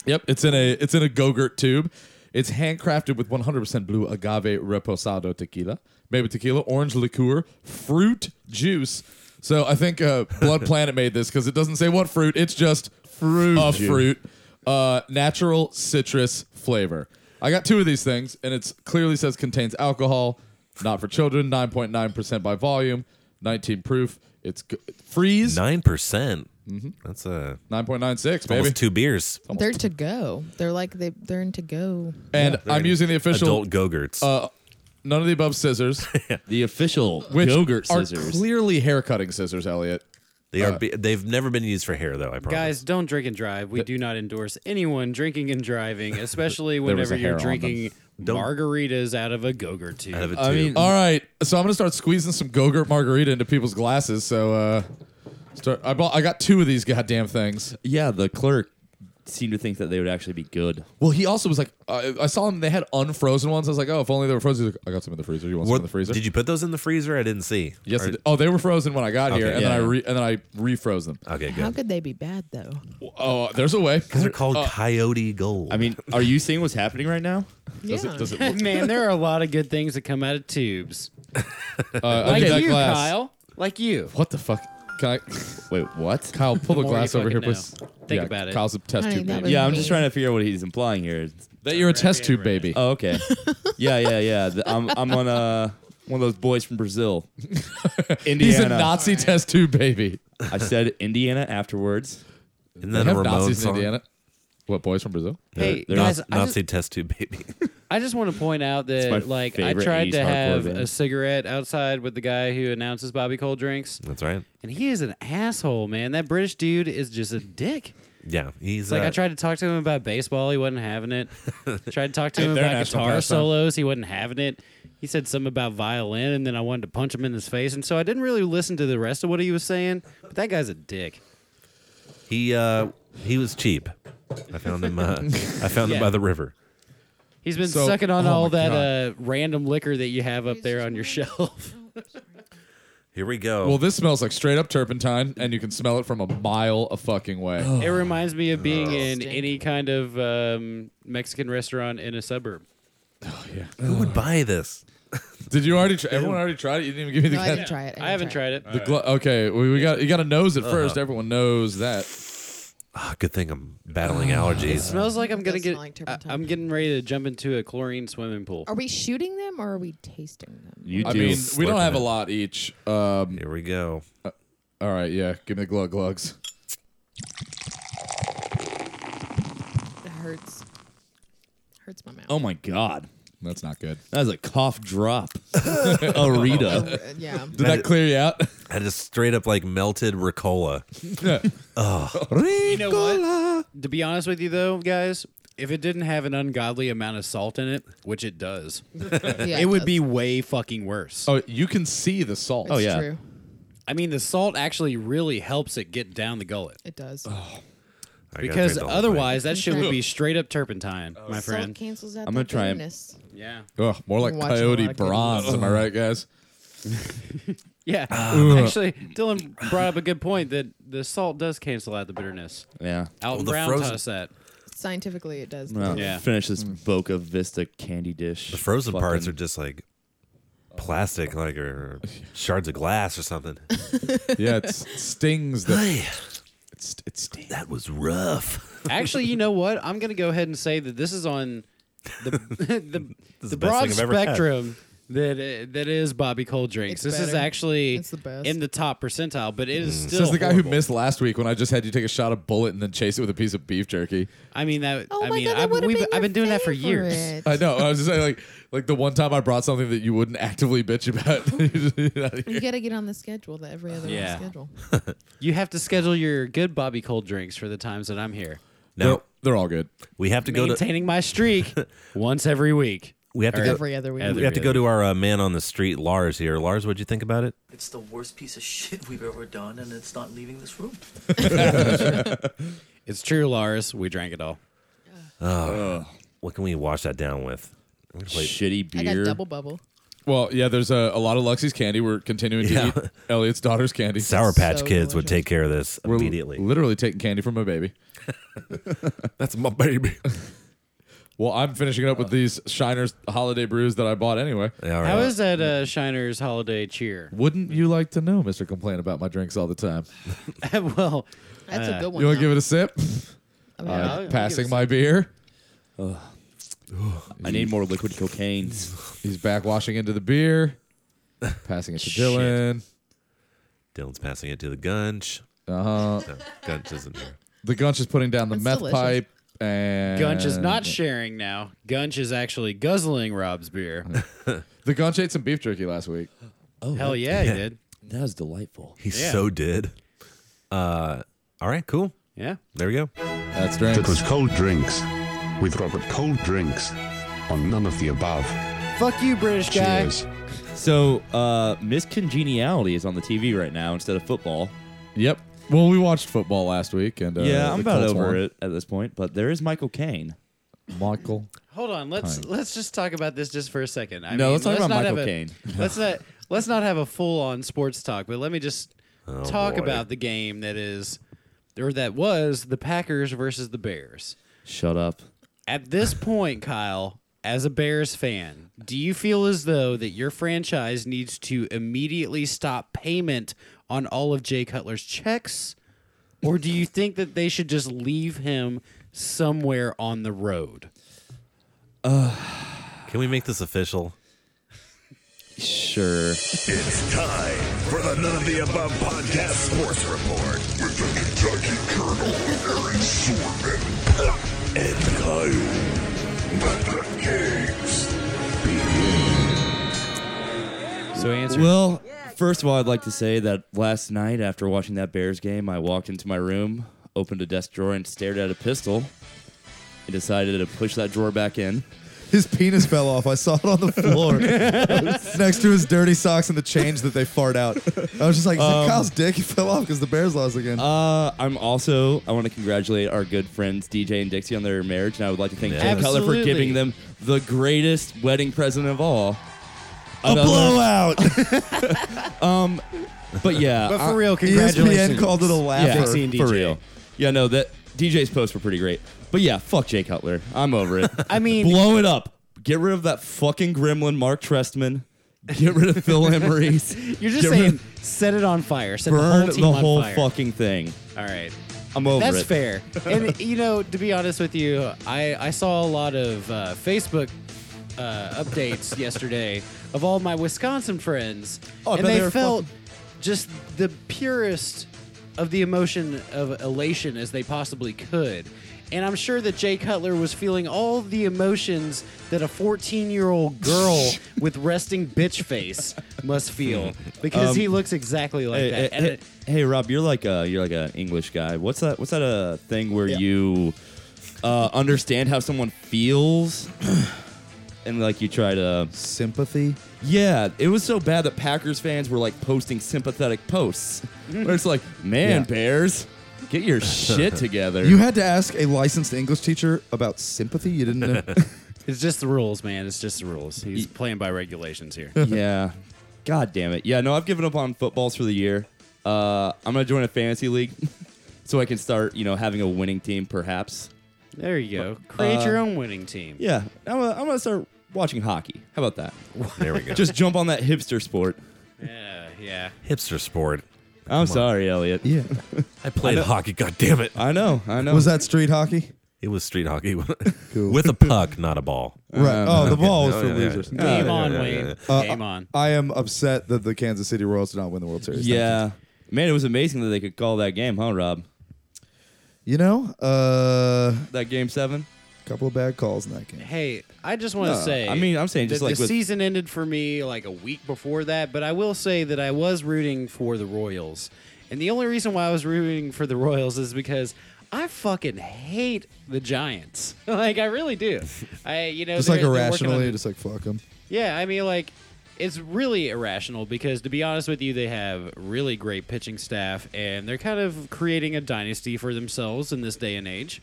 Yep, it's in a it's in a Go-Gurt tube. It's handcrafted with 100% blue agave reposado tequila, maybe tequila, orange liqueur, fruit juice. So I think uh, Blood Planet made this because it doesn't say what fruit. It's just fruit, a fruit, uh, natural citrus flavor. I got two of these things, and it clearly says contains alcohol, not for children, 9.9% by volume, 19 proof. It's g- freeze, Mm-hmm. 9%. percent That's uh, 9.96, baby. almost two beers. They're to go. They're like they they're in to go. and I'm using the official uh, Adult Go-Gurts. none of the above scissors. The official which yogurt are scissors. clearly hair cutting scissors, Elliot. Uh, they are, be- they've never been used for hair, though, I promise. Guys, don't drink and drive. We do not endorse anyone drinking and driving, especially was a whenever hair you're on drinking margaritas out of a go-gurt tube. Oh, Out of a I tube. mean- All right, so I'm gonna start squeezing some Go-Gurt margarita into people's glasses. So, uh, start. I bought. I got two of these goddamn things. yeah, the clerk seemed to think that they would actually be good. Well, he also was like, I I saw him. They had unfrozen ones. I was like, oh, if only they were frozen. He's like, I got some in the freezer. You want some What- in the freezer? Did you put those in the freezer? I didn't see. Yes. Or- I did. Oh, they were frozen when I got here, Okay. and then I Yeah. re- and then I refroze them. Okay, How good. could they be bad though? Oh, there's a way. Uh, They're called Coyote Gold. I mean, are you seeing what's happening right now? Does yeah. it? Does it look Man, there are a lot of good things that come out of tubes. uh, Like under that you, glass. Kyle. Like you. What the fuck? Can I? Wait, what? Kyle, pull the, more you glass over here, fucking please. know. Think about it. Kyle's a test Honey, tube that baby. was Yeah, I'm me. just trying to figure out what he's implying here. That you're a test tube baby. Oh, okay. yeah, yeah, yeah. The- I'm I'm on uh one of those boys from Brazil. Indiana. He's a Nazi test tube baby. I said Indiana afterwards. Isn't They that a have Ramon Nazis in song? Indiana. What boys from Brazil? Hey, they're guys, I just, Nazi test tube baby. I just want to point out my that like I favorite tried 80s to hardcore have band. a cigarette outside with the guy who announces Bobby Cold drinks, That's right. and he is an asshole, man. That British dude is just a dick. Yeah, he's Like uh, I tried to talk to him about baseball, he wasn't having it. tried to talk to him they're about national guitar pastime. solos, he wasn't having it. He said something about violin, and then I wanted to punch him in his face, and so I didn't really listen to the rest of what he was saying. But that guy's a dick. He uh, he was cheap. I found him. Uh, I found him Yeah. by the river. He's been So- sucking on oh all my that God. uh, random liquor that you have up there on your shelf. Here we go. Well, this smells like straight up turpentine, and you can smell it from a mile a fucking way. Oh. uh, It reminds me of being in any kind of um, Mexican restaurant in a suburb. Oh, Who would buy this? Did you already? Try, everyone already tried it. You didn't even give me the. No, I didn't try it. I haven't tried it. The glo- okay, we, we got you. Got to nose it first. Uh-huh. Everyone knows that. Ah, good thing I'm battling Ah. It allergies. smells like I'm It gonna does get. smell like I, turpentine. I'm getting ready to jump into a chlorine swimming pool. Are we shooting them or are we tasting them? You do. I mean, we slurping don't have it. a lot each. Um, Here we go. all right, yeah. Give me the glug glugs. It hurts. Hurts my mouth. oh my god, That's not good. that was a cough drop. Arita. Uh, yeah. Did that clear you out? I just straight up like melted Ricola. You know what? To be honest with you, though, guys, if it didn't have an ungodly amount of salt in it, which it does, Yeah, it would does. be way fucking worse. oh, you can see the salt. It's True. I mean, the salt actually really helps it get down the gullet It does. I gotta because drink the whole thing. otherwise that That's shit right. would be straight up turpentine, my Oh, Salt friend. cancels out. I'm gonna the try it. bitterness. Yeah, Ugh, more like I'm watching a coyote lot of good bronze. Am I right, guys? yeah. Actually, Dylan brought up a good point that the salt does cancel out the bitterness. yeah. Out Well, the Brown frozen- taught us that. Scientifically, it does. Well, Yeah. Finish this Boca Vista candy dish. The frozen parts are Fucking- just like plastic, like or shards of glass or something. Yeah, it stings. The, Hey, it's, it stings. that was rough. Actually, you know what? I'm gonna go ahead and say that this is on the the, the, is the best broad thing I've ever had. spectrum that uh, that is Bobby Cold drinks. It's this is better. actually It's the best. in the top percentile, but it is still. Mm. Says the guy horrible. who missed last week when I just had you take a shot of bullet and then chase it with a piece of beef jerky. I mean that. Oh I my mean, god, I've, that would have we've- been. I've your been doing that for years. favorite. I know. I was just saying, like, like the one time I brought something that you wouldn't actively bitch about. You're not You here. got to get on the schedule. The every other Yeah. yeah. schedule. You have to schedule your good Bobby Cold drinks for the times that I'm here. they're, Now they're all good. we have to go to Maintaining my streak once every week. we have to go, Every other week. we have to go to our uh, man on the street, Lars. Here, Lars, what'd you think about it? It's the worst piece of shit we've ever done, and it's not leaving this room. It's true, Lars. We drank it all. What can we wash that down with? shitty I beer. got double bubble. Well, yeah, there's a, a lot of Luxie's candy. We're continuing to Yeah. eat Elliot's daughter's candy. Sour Patch so Kids would delicious. take care of this We're immediately. literally taking candy from my baby. That's my baby. Well, I'm finishing it up with these Shiner's holiday brews that I bought anyway. How is that uh, Shiner's holiday cheer? Wouldn't you like to know, Mister? Complain about my drinks all the time. well, uh, That's a good one. You want though. to give it a sip? I'm I'm having it. passing my beer. I need more liquid cocaine. He's back washing into the beer. Passing it to Shit. Dylan. Dylan's passing it to the Gunch. Uh huh. No, Gunch isn't here. The Gunch is putting down the That's meth delicious. pipe. And Gunch is Uh, not sharing now. Gunch is actually guzzling Rob's beer. The Gunch ate some beef jerky last week. Oh, Hell yeah, he did. That was delightful. He Yeah. so did. Uh, all right, cool. Yeah. There we go. That's That was drinks. Cold Drinks with Robert Cold Drinks on None of the Above. Fuck you, British guy. Cheers. So, uh, Miss Congeniality is on the TV right now instead of football. Yep. Well, we watched football last week, and uh, yeah, the I'm about Colts over won. it at this point. But there is Michael Caine. Michael. Hold on. Let's Pine. let's just talk about this just for a second. I No, mean, let's talk about not Michael have a- Caine. Let's not let's not have a full on sports talk, but let me just talk Oh, boy. about the game that is or that was the Packers versus the Bears. Shut up. At this point, Kyle, as a Bears fan, do you feel as though that your franchise needs to immediately stop payment on all of Jay Cutler's checks? Or do you think that they should just leave him somewhere on the road? Can we make this official? Sure. It's time for the None of the Above Podcast Sports Report with the Kentucky Colonel, Aaron Sorman, and Kyle. Let the games So answer. Well, first of all, I'd like to say that last night after watching that Bears game, I walked into my room, opened a desk drawer, and stared at a pistol, and decided to push that drawer back in. His penis fell off. I saw it on the floor next to his dirty socks and the change that they fart out. I was just like, Kyle's dick fell off because the Bears lost again. Uh, I'm also I want to congratulate our good friends DJ and Dixie on their marriage, and I would like to thank Jay Cutler for Absolutely. giving them the greatest wedding present of all, Another- blowout. um, but yeah. But for I- real, congratulations. ESPN called it a laugh Yeah. for- Dixie and for DJ. real. Yeah, no, that DJ's posts were pretty great. But yeah, fuck Jay Cutler. I'm over it. I mean- blow it up. Get rid of that fucking gremlin, Mark Trestman. Get rid of Phil Emery's. You're just Get rid saying of- set it on fire. Set the burn whole the team whole, on fire. fucking thing. All right. I'm over That's it. fair. and you know, to be honest with you, I I saw a lot of uh, Facebook uh, updates yesterday of all my Wisconsin friends, Oh, I and bet they they were felt just the purest of the emotion of elation as they possibly could. And I'm sure that Jay Cutler was feeling all the emotions that a 14 year old girl with resting bitch face must feel because Um, he looks exactly like hey, that. hey, And hey- it- hey, Rob, you're like a you're like an English guy. What's that? What's that a thing where you uh, understand how someone feels, and like you try to sympathy? Yeah, it was so bad that Packers fans were like posting sympathetic posts. Mm. where it's like, man, Yeah. Bears, get your shit together. You had to ask a licensed English teacher about sympathy. You didn't know. It's just the rules, man. It's just the rules. He's playing by regulations here. yeah. God damn it. Yeah, no, I've given up on footballs for the year. Uh, I'm gonna join a fantasy league so I can start, you know, having a winning team, perhaps. There you go. Create Uh, your own winning team. Yeah, I'm gonna, I'm gonna start watching hockey. How about that? There we go. Just jump on that hipster sport. Yeah, yeah. Hipster sport. I'm sorry, Elliot. Yeah, I played know. hockey. God damn it! I know, I know. Was that street hockey? It was street hockey with a puck, not a ball. Right. Oh, the ball was Oh, for yeah, yeah, losers. yeah. Game on, yeah, Wayne. yeah. Uh, Game on. I am upset that the Kansas City Royals did not win the World Series. Yeah, man, it was amazing that they could call that game, huh, Rob? You know, a uh, That game seven. couple of bad calls in that game. Hey, I just want to No, say. I mean, I'm saying just that like the with- season ended for me like a week before that, but I will say that I was rooting for the Royals, and the only reason why I was rooting for the Royals is because. I fucking hate the Giants. like I really do. I you know Just like they're- they're working on- irrationally, just like fuck them. Yeah, I mean, like, it's really irrational because, to be honest with you, they have really great pitching staff and they're kind of creating a dynasty for themselves in this day and age,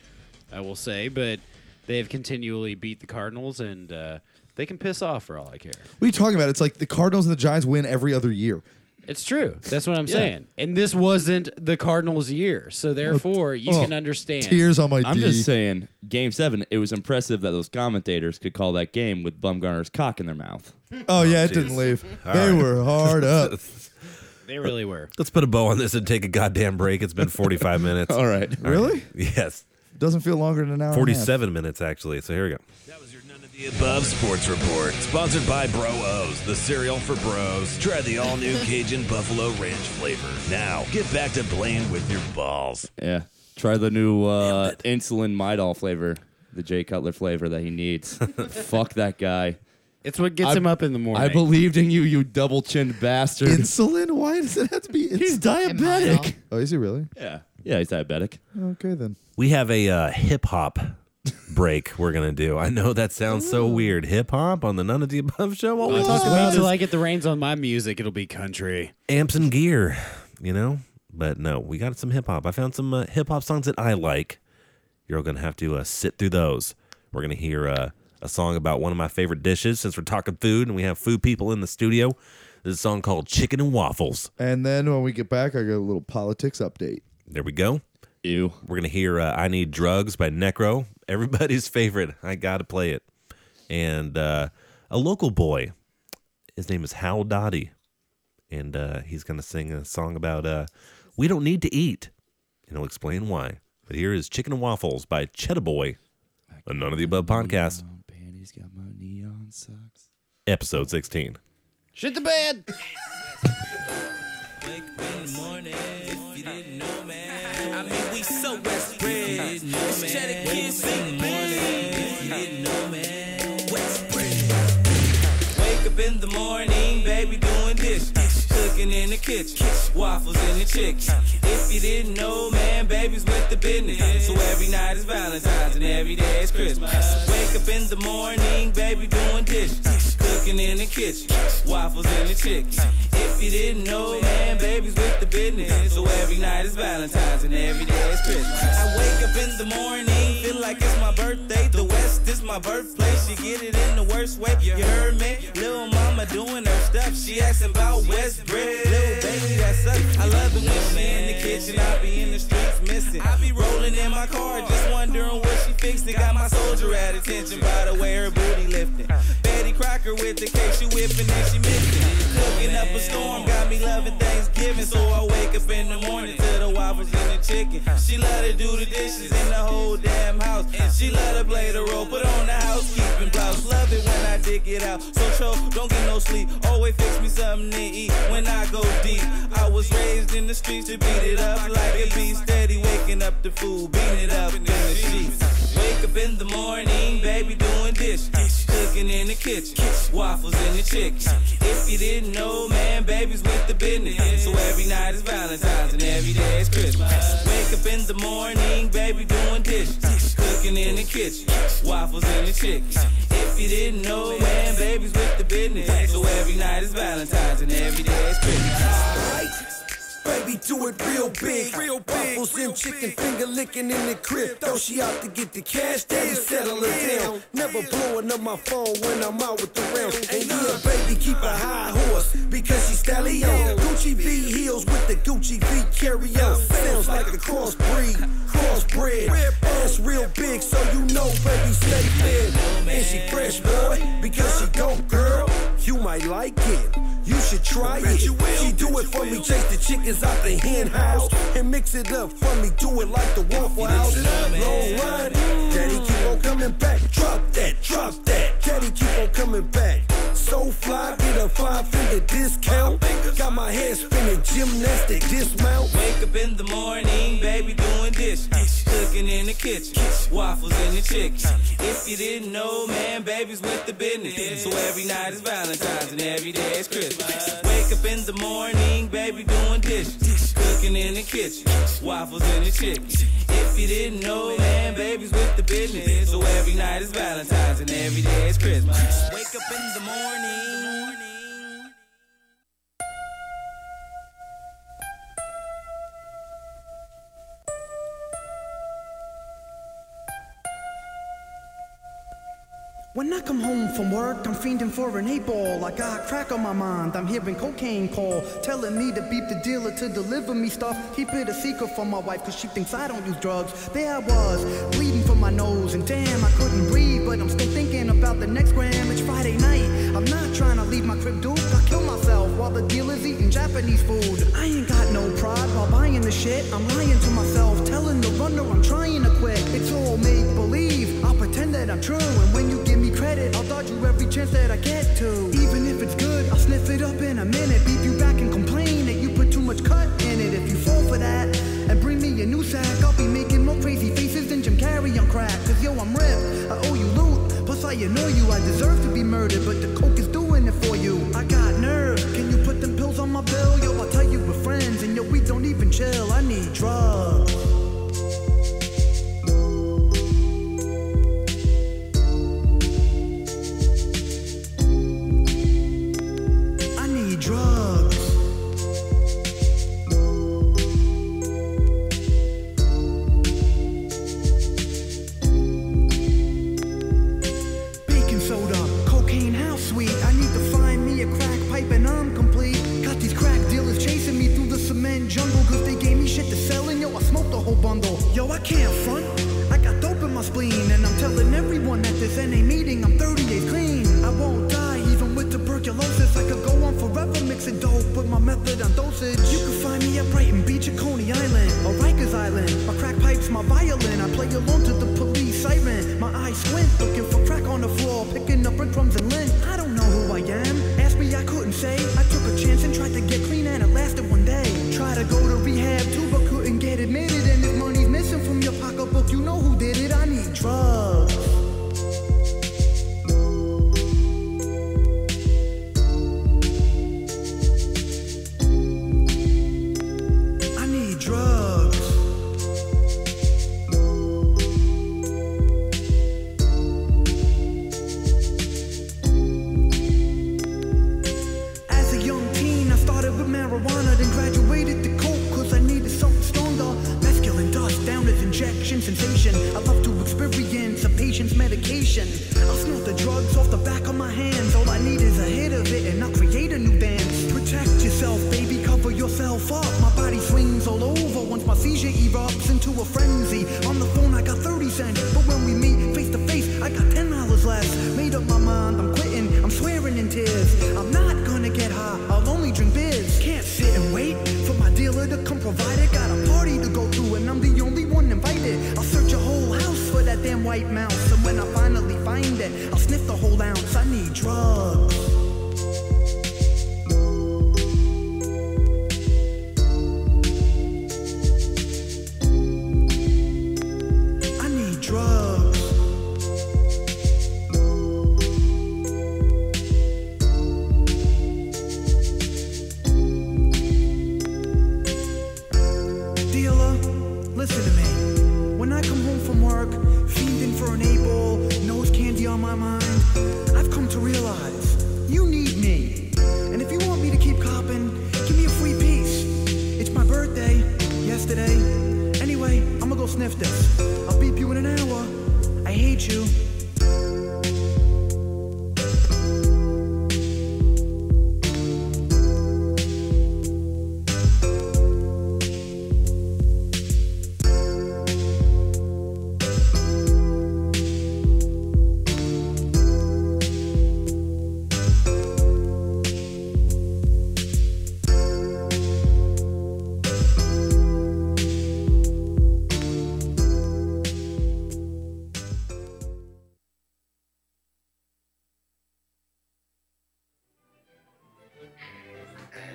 I will say. But they have continually beat the Cardinals and uh, they can piss off for all I care. What are you talking about? It's like the Cardinals and the Giants win every other year. It's true. That's what I'm saying. And this wasn't the Cardinals' year. So, therefore, you oh, can understand. Tears on my I'm D. just saying, game seven. It was impressive that those commentators could call that game with Bumgarner's cock in their mouth. Oh yeah, it jeez. didn't leave. All they right. were hard up. They really were. Let's put a bow on this and take a goddamn break. It's been 45 minutes. All right. Really? Oh, Yes. Doesn't feel longer than an hour. and a half. 47 minutes, actually. So here we go. The above sports report, sponsored by Bro O's, the cereal for bros. Try the all new Cajun Buffalo Ranch flavor. Now, get back to playing with your balls. Yeah. Try the new uh, insulin Midol flavor, the Jay Cutler flavor that he needs. Fuck that guy. It's what gets I- them up in the morning. I believed in you, you double chinned bastard. Insulin? Why does it have to be? Insulin? He's diabetic. Oh, is he really? Yeah. Yeah, he's diabetic. Okay then. We have a uh, hip hop break we're going to do. I know that sounds so weird. Hip hop on the None of the Above show. All we talk Wait about till is I get the reins on my music. It'll be country. amps and gear, you know? But no, we got some hip hop. I found some uh, hip hop songs that I like. You're going to have to uh, sit through those. We're going to hear uh, a song about one of my favorite dishes since we're talking food and we have food people in the studio. This is a song called Chicken and Waffles. And then when we get back, I got a little politics update. There we go. Ew. We're going to hear uh, I Need Drugs by Necro, everybody's favorite. I got to play it. And uh, a local boy, his name is Hal Dottie. And uh, he's going to sing a song about uh, We Don't Need to Eat. And he'll explain why. But here is Chicken and Waffles by Cheddar Boy, a None of the Above podcast, Panties got my neon socks. episode 16. Shit the bed. I mean, we so West Bridge. It's Cheddar Kids in the morning. If you didn't know, man, West Bridge. Wake up in the morning, baby, doing dishes. Cooking in the kitchen, waffles in the chicken. If you didn't know, man, baby's with the business. So every night is Valentine's and every day is Christmas. Wake up in the morning, baby, doing dishes. Cooking in the kitchen, waffles in the chicken. If you didn't know, man, baby's with the business. So every night is Valentine's and every day is Christmas. I wake up in the morning, feel like it's my birthday. The West is my my birthplace. You get it in the worst way. You heard me? Little mama doing her stuff. She asking about Westbridge. Little baby, that's up. I love it when she in the kitchen. I be in the streets missing. I be rolling in my car, just wondering what she fixing. Got my soldier at attention by the way her booty lifting. Betty Crocker with the cake, she whipping and she missing. Cooking up a storm, got me loving Thanksgiving. So I wake up in the morning to the waffles and the chicken. She let her do the dishes in the whole damn house. And she let her play the role, put on the housekeeping blouse. Love it when I dig it out. So cho, don't get no sleep. Always fix me something to eat when I go deep. I was raised in the streets to beat it up like a beast. Steady waking up the food, beating it up in the sheets. Wake up in the morning, baby, doing dishes. Cooking in the kitchen, waffles in the chicken. If you didn't know, man, baby's with the business. So every night is Valentine's and every day is Christmas. Wake up in the morning, baby, doing dishes. Cooking in the kitchen, waffles in the chicken. If you didn't know, man, baby's with the business. So every night is Valentine's and every day is Christmas. Baby, do it real big. Real big. Waffles and chicken finger licking in the crib. Though she out to get the cash, daddy settle her down. Never blowing up my phone when I'm out with the rounds. And yeah, baby, keep a high horse because she's stallion. Gucci V heels with the Gucci V carry out. Sounds like a crossbreed, crossbred. Ass real big, so you know, baby, stay fit. And she fresh, boy, because she dope, girl. You might like it. You should try it. She do it for me, chase the chickens out the hen house and mix it up for me. Do it like the Waffle House. Long run, daddy keep on coming back. Drop that, drop that. Daddy keep on coming back. So fly, get a five finger discount. Got my head spinning, gymnastic dismount. Wake up in the morning, baby, doing dishes. Cooking in the kitchen, waffles in the chicken. If you didn't know, man, baby's with the business. So every night is Valentine's and every day is Christmas. Wake up in the morning, baby, doing dishes. Cooking in the kitchen, waffles in the chicken. If you didn't know, man, baby's with the business. So every night is Valentine's and every day is Christmas. Wake up in the morning. When I come home from work, I'm fiending for an eight ball. I got crack on my mind. I'm hearing cocaine call, telling me to beep the dealer to deliver me stuff. Keep it a secret from my wife, cause she thinks I don't use drugs. There I was, bleeding from my nose, and damn, I couldn't breathe. But I'm still thinking about the next gram. It's Friday night. I'm not trying to leave my crib, dude. I kill myself while the dealer's eating Japanese food. I ain't got no pride while buying the shit. I'm lying to myself, telling the runner I'm trying to quit. It's all make believe. I'll pretend that I'm true, and when you give me credit. I'll dodge you every chance that I get to. Even if it's good, I'll sniff it up in a minute. Beat you back and complain that you put too much cut in it. If you fall for that and bring me a new sack, I'll be making more crazy faces than Jim Carrey on crack. Cause yo, I'm ripped. I owe you loot. Plus, I know you. I deserve to be murdered, but the coke is doing it for you. I got nerve. Can you put them pills on my bill? Yo, I'll tell you we're friends, and yo, we don't even chill. I need drugs. I need drugs. Baking soda, cocaine, how sweet. I need to find me a crack pipe and I'm complete. Got these crack dealers chasing me through the cement jungle. Cause they gave me shit to sell and yo, I smoked a whole bundle. Yo, I can't front. I got dope in my spleen. And I'm telling everyone at this NA meeting I'm 30 days clean. I won't die even with tuberculosis. I could go on forever mixing dope with my method on dosage. You can find me at Brighton Beach or Coney Island or Rikers Island. My crack pipe's my violin. I play alone to the police siren. My eyes squint, looking for crack on the floor, picking up breadcrumbs and lint. I don't know who I am. Ask me, I couldn't say. I took a chance and tried to get clean, and it lasted one day. Tried to go to rehab too, but couldn't get admitted. And if money's missing from your pocketbook, you know who did it. I need drugs. I need drugs. station. I'll snort the drugs off the back of my hands. All I need is a hit of it, and I'll create a new band. Protect yourself, baby, cover yourself up. My body swings all over once my seizure erupts into a frenzy. On the phone, I got 30 cents, but when we meet face to face, I got 10 dollars less. Made up my mind, I'm quitting, I'm swearing in tears. I'm not gonna get high, I'll only drink beers. Can't sit and wait for my dealer to come provide it. Got a party to go to, and I'm the only one invited. I'll search a whole house for that damn white mouse, and when I finally find it, I'll sniff the whole ounce. I need drugs. I need drugs. Dealer, listen to me. When I come home from work, fiending for an A-ball, nose candy on my mind, I've come to realize you need me. And if you want me to keep copping, give me a free piece. It's my birthday, yesterday. Anyway, I'ma go sniff this. I'll beep you in an hour. I hate you.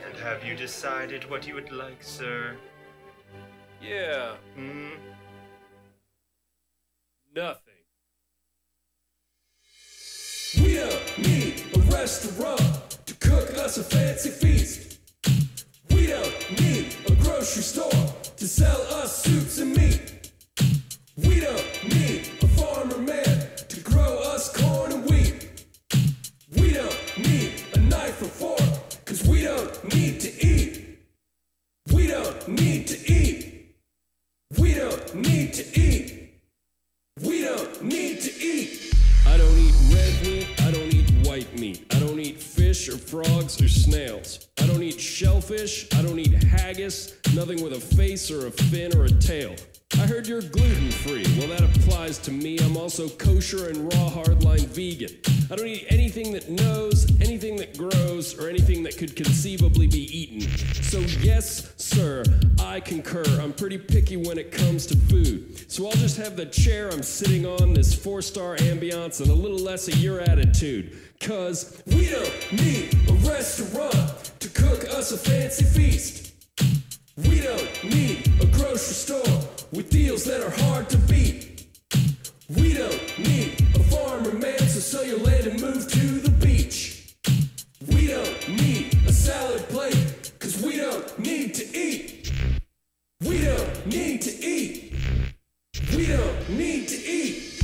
And have you decided what you would like, sir? Yeah, Hmm? nothing. We don't need a restaurant to cook us a fancy feast. We don't need a grocery store to sell us soups and meat. We don't need a farmer man to grow us corn and wheat. We don't need a knife or fork, cause we don't need to eat. We don't need to eat. We don't need to eat. We don't need to eat. I don't eat red meat. I don't eat white meat. I don't eat fish or frogs or snails. I don't eat shellfish. I don't eat haggis. Nothing with a face or a fin or a tail. I heard you're gluten free. Well, that applies to me. I'm also kosher and raw hardline vegan. I don't eat anything that knows, anything that grows, or anything that could conceivably be eaten. So, yes, sir, I concur. I'm pretty picky when it comes to food. So, I'll just have the chair I'm sitting on, this four star ambiance, and a little less of your attitude. Cause We don't need a restaurant to cook us a fancy feast. We don't need a grocery store with deals that are hard to beat. We don't need a farmer man to sell your land and move to the beach. We don't need a salad plate, cause we don't need to eat. We don't need to eat. We don't need to eat.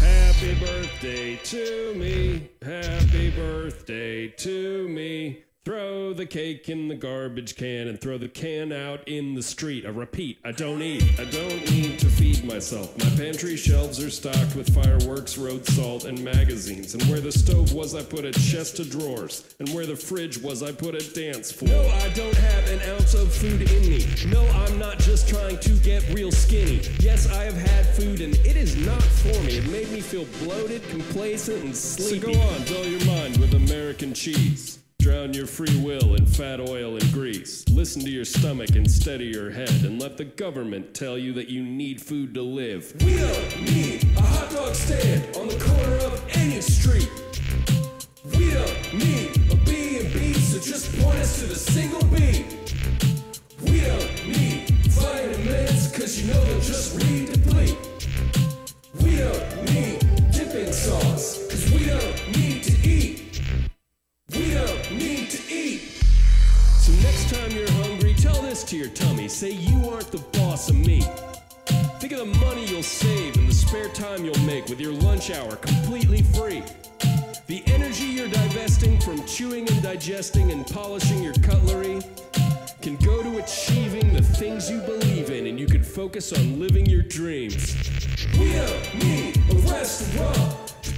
Happy birthday to me. Happy birthday to me. Throw the cake in the garbage can and throw the can out in the street. I repeat, I don't eat. I don't need to feed myself. My pantry shelves are stocked with fireworks, road salt, and magazines. And where the stove was, I put a chest of drawers. And where the fridge was, I put a dance floor. No, I don't have an ounce of food in me. No, I'm not just trying to get real skinny. Yes, I have had food and it is not for me. It made me feel bloated, complacent, and sleepy. So go on, dull your mind with American cheese. Drown your free will in fat oil and grease. Listen to your stomach instead of your head, and let the government tell you that you need food to live. We don't need a hot dog stand on the corner of any street. We don't need a B and B, so just point us to the single B. We don't need vitamins, cause you know they'll just read the plate. We don't need dipping sauce, cause we don't need to eat. We don't need to eat. So next time you're hungry, tell this to your tummy. Say you aren't the boss of me. Think of the money you'll save and the spare time you'll make with your lunch hour completely free. The energy you're divesting from chewing and digesting and polishing your cutlery can go to achieving the things you believe in, and you can focus on living your dreams. We don't need a restaurant to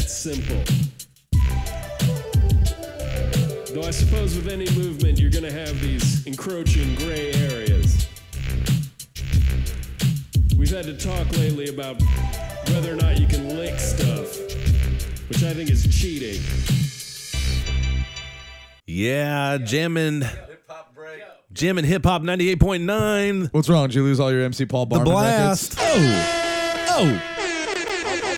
simple. Though I suppose with any movement, you're going to have these encroaching gray areas. We've had to talk lately about whether or not you can lick stuff, which I think is cheating. Yeah, jamming. Jamming hip hop 98.9. What's wrong? Did you lose all your MC Paul The Barnum blast. records? Oh.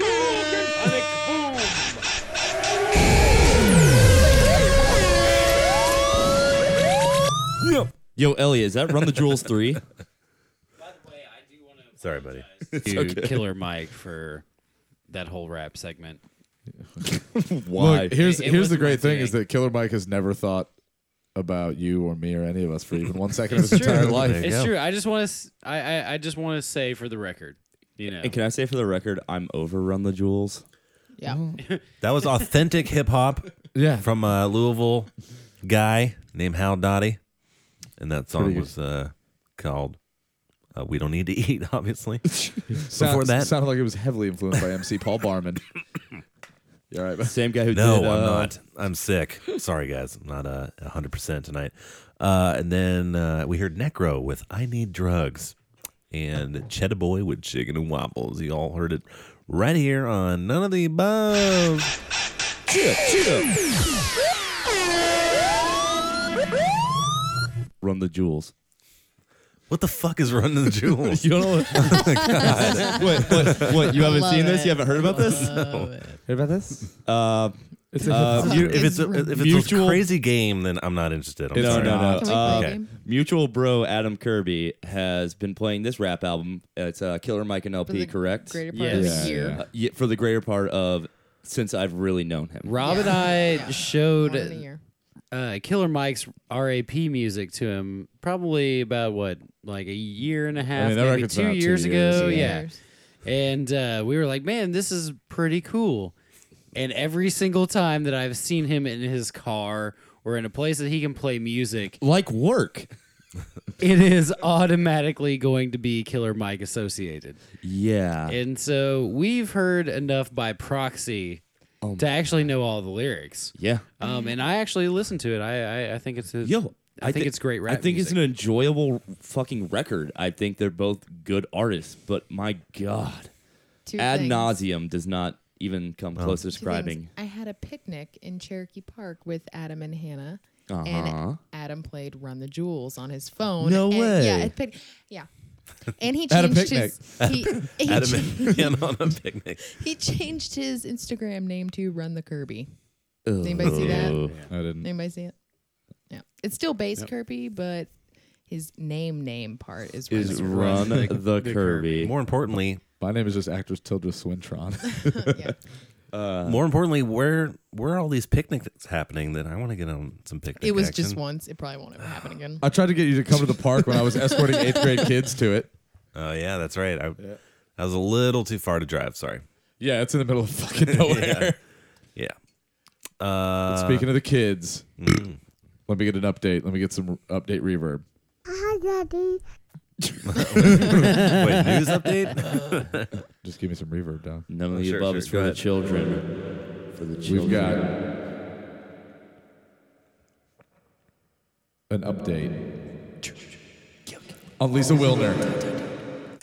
Yo, Elliot, is that Run the Jewels 3? Sorry, buddy. to Killer Mike for that whole rap segment. It- it Look, here's here's the wasn't great my thing is thing. that Killer Mike has never thought about you or me or any of us for even one second of It's his true. entire life. It's true. I just want to. I, I I just want to say for the record, you know, And can I say for the record, I'm over Run the Jewels? Yeah. That was authentic hip hop. Yeah. From a Louisville guy named Hal Dottie. And that song Pretty good. was uh, called uh, We Don't Need to Eat, obviously. Sound- Before that. sounded like it was heavily influenced by MC Paul Barman. You're right. Same guy who no, did, I'm uh, not. I'm sick. Sorry, guys. I'm not uh, 100% tonight. Uh, and then uh, we heard Necro with I Need Drugs and Cheddar Boy with Chicken and Waffles. You all heard it right here on None of the Above. Cheetah, cheetah. Run the Jewels. What the fuck is Run the Jewels? Oh you don't know what? Wait, what, what? You I haven't love seen this? it. You haven't heard about this? No. Heard about this? Uh, It's a- uh, Um, If you- if it's a- if it's a mutual- crazy game, then I'm not interested. I'm no, sorry. no, no, Can we play Uh, a game? Mutual bro Adam Kirby has been playing this rap album. It's uh, Killer Mike and LP, the correct? greater part of Yes. a year. Uh, yeah, for the greater part of since I've really known him. Rob and I showed uh, Killer Mike's RAP music to him probably about what like a year and a half, mean, that maybe record's been two out two years, years, ago. yeah. Yeah, and uh, we were like, man, this is pretty cool. And every single time that I've seen him in his car or in a place that he can play music, like work, it is automatically going to be Killer Mike associated. Yeah. And so we've heard enough by proxy to actually know all the lyrics. Yeah. Um, and I actually listened to it. I I, I think it's a, Yo, I, think thi- it's great. Rap I think music. it's an enjoyable fucking record. I think they're both good artists, but my god, Two ad things. nauseum does not even come close to Two things. describing. I had a picnic in Cherokee Park with Adam and Hannah. Uh-huh. And Adam played "Run the Jewels" on his phone. No and- way. Yeah, at pic- yeah. And he At a changed his. picnic. He, he, Adam cha- and Ian on a picnic. he changed his Instagram name to "Run the Kirby." Did anybody see that? I didn't. Anybody see it? Yeah, it's still base Yep. Kirby, but his name name part is Is the Run the, Kirby. More importantly, my name is just actors Tilda Uh, Swintron. More importantly, where where are all these picnics happening? That I want to get on some picnic. It was action. just once. It probably won't ever happen again. I tried to get you to come to the park when I was escorting eighth grade kids to it. Oh yeah, that's right. I, I was a little too far to drive. Sorry. Yeah, it's in the middle of fucking nowhere. yeah. yeah. Uh, Mm. But Speaking of the kids, let me get an update. Let me get some r- update reverb. Hi, Daddy. Wait, news update? Just give me some reverb down. None of the above is for the children. For the children. We've got an update on Lisa Wilner.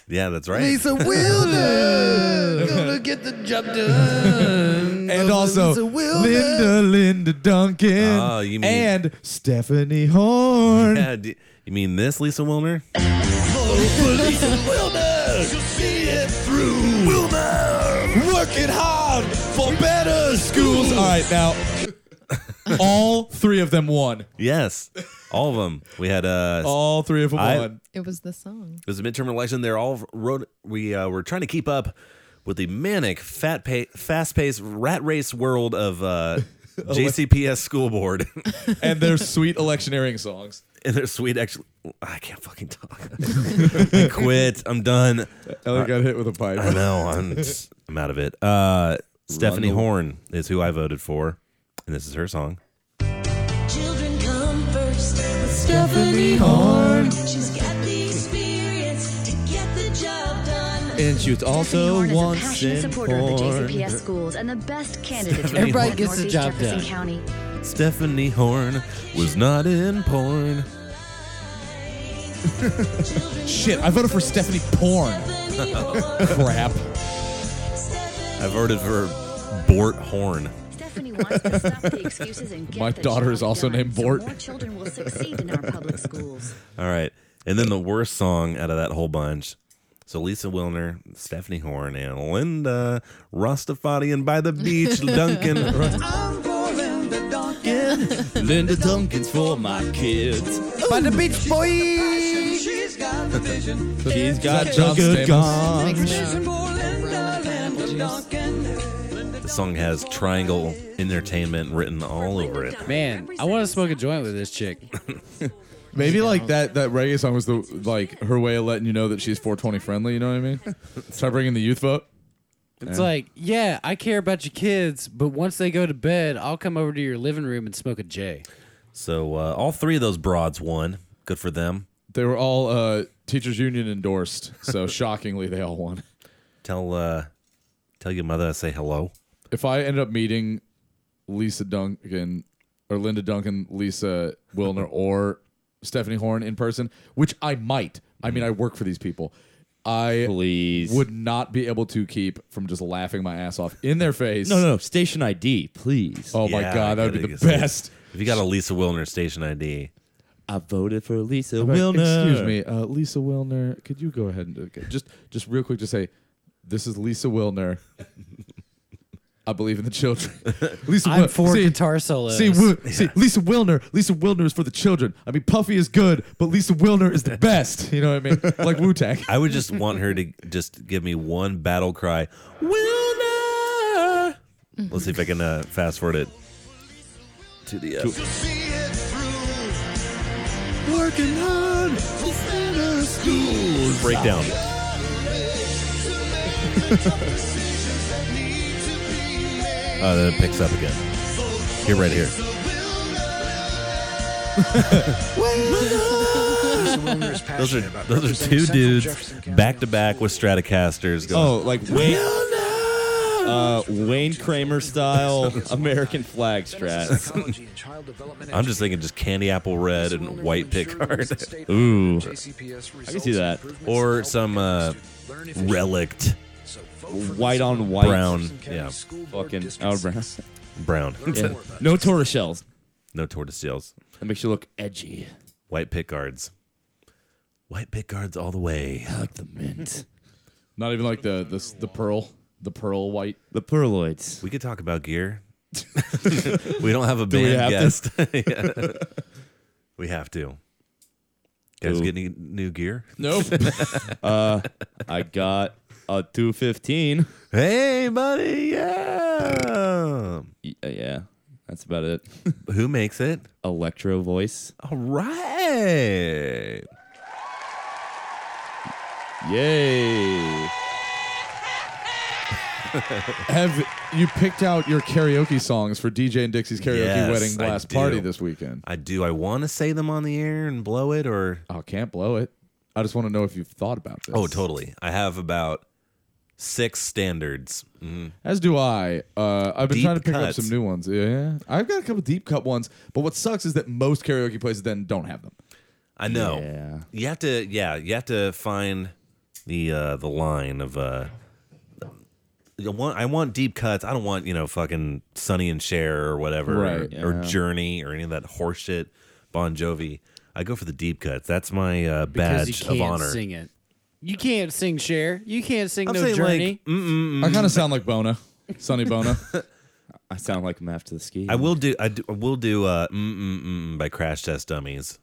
yeah, that's right. Lisa Wilder gonna get the job done. And also Linda, Linda Duncan, Oh, you mean- and Stephanie Horn. Yeah, d- you mean this, Lisa Wilner? Police and Wilder, she'll see it through. Wilder, working hard for better schools. All right, now all three of them won. Yes, all of them. We had uh, all three of them I- won. It was the song. Mm-hmm. It was a midterm election. They're all road. We uh, were trying to keep up with the manic, fat, pa- fast-paced rat race world of uh, JCPS school board and their sweet electioneering songs. and their sweet. Actually, I can't fucking talk. I quit. I'm done. Ellie got hit with a pipe. I know. I'm. I'm out of it. Uh, Stephanie the- Horn is who I voted for, and this is her song. Children come first with Stephanie Horn. She's got the experience to get the job done. And she was also Horn is a once passionate in supporter of the porn. JCPS schools and the best candidate in Everybody North- gets the Northeast job Jefferson done. County. Stephanie Horn was not in porn. Shit, I voted for Stephanie Porn. Crap. I voted for Bort Horn. Stephanie wants to stop the excuses and get My the daughter job is also done, named so Bort. more children will succeed in our public schools. All right. And then the worst song out of that whole bunch. So Lisa Wilner, Stephanie Horn, and Linda Rastafari and by the beach, Duncan. Linda Duncan's for my kids. By the beach, boy. She's got The John good Stamos. God. The song has Triangle Entertainment written all over it. Man, I want to smoke a joint with this chick. Maybe like that that reggae song was the like her way of letting you know that she's 420 friendly. You know what I mean? Start bringing the youth vote. It's Yeah. like, yeah, I care about your kids, but once they go to bed, I'll come over to your living room and smoke a J. So uh, all three of those broads won. Good for them. they were all uh, teachers union endorsed, so shockingly they all won. Tell uh, tell your mother I say hello. If I ended up meeting Lisa Duncan or Linda Duncan, Lisa Wilner, or Stephanie Horn in person, which I might, I mean, I work for these people. I please would not be able to keep from just laughing my ass off in their face. No, no, station ID, please. Oh my Yeah, god, that would gotta be the get- best. If you got a Lisa Wilner station ID. I voted for Lisa How about- Excuse me, uh, Lisa Wilner. Could you go ahead and okay, just just real quick, just say, "This is Lisa Wilner." I believe in the children. Lisa I'm Wil- for guitar solos. See, Wil- see, Lisa Wilner. Lisa Wilner is for the children. I mean, Puffy is good, but Lisa Wilner is the best. You know what I mean? Like Wu Tang. I would just want her to just give me one battle cry. Wilner. Let's see if I can uh, fast forward it to the. Uh, Working hard for better schools. Breakdown. Oh, then it picks up again. Here, right here. Those are those are two dudes back to back with Stratocasters. Going, Oh, like Wayne, uh, Wayne Kramer style American flag strats. I'm just thinking just candy apple red and white pick card. Ooh. I can see that. Or some uh, relict White on white. brown. Yeah, Fucking oh, brown. brown. Yeah. No tortoise shells. No tortoise shells. That makes you look edgy. White pick guards. White pick guards all the way. Hug the mint. Not even like the the the pearl, the pearl white. The Perloids. We could talk about gear. we don't have a Do we band have guest. to? Yeah. We have to. Guys, Ooh. get any new gear? uh, I got a 215. Hey, buddy. Yeah. uh, Yeah. That's about it. Who makes it? Electro Voice. All right. Yay. Have you picked out your karaoke songs for DJ and Dixie's karaoke Yes, wedding I blast do. party this weekend? I do. I want to say them on the air and blow it, or I Oh, can't blow it. I just want to know if you've thought about this. oh, totally. I have about six standards. Mhm. As do I. Uh, I've been Deep trying to pick cuts. up some new ones. Yeah, I've got a couple deep cut ones. But what sucks is that most karaoke places then don't have them. I know. Yeah. You have to. Yeah, you have to find the uh, the line of. Uh, I want, I want deep cuts. I don't want you know fucking Sonny and Cher or whatever, Right, or, yeah. Journey or any of that horseshit. Bon Jovi. I go for the deep cuts. That's my uh, Because badge you can't of honor. sing it. You can't sing Cher. You can't sing I'm No saying, Journey. like, mm-mm. I kind of sound like Bona, Sonny Bona. I sound like I'm after the ski. I will do. I, do, I will do. Uh, mm, mm, mm by Crash Test Dummies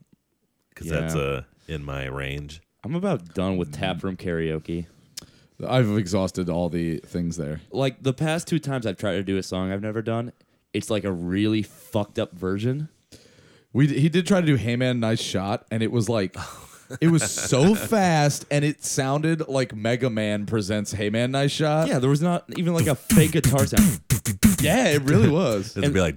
because that's Yeah. uh in my range. I'm about done with taproom karaoke. I've exhausted all the things there. Like the past two times I've tried to do a song I've never done, it's like a really fucked up version. We he did try to do "Hey Man, Nice Shot," and it was like, it was so fast, and it sounded like Mega Man presents "Hey Man, Nice Shot." Yeah, there was not even like a fake guitar sound. Yeah, it really was. It's gonna be like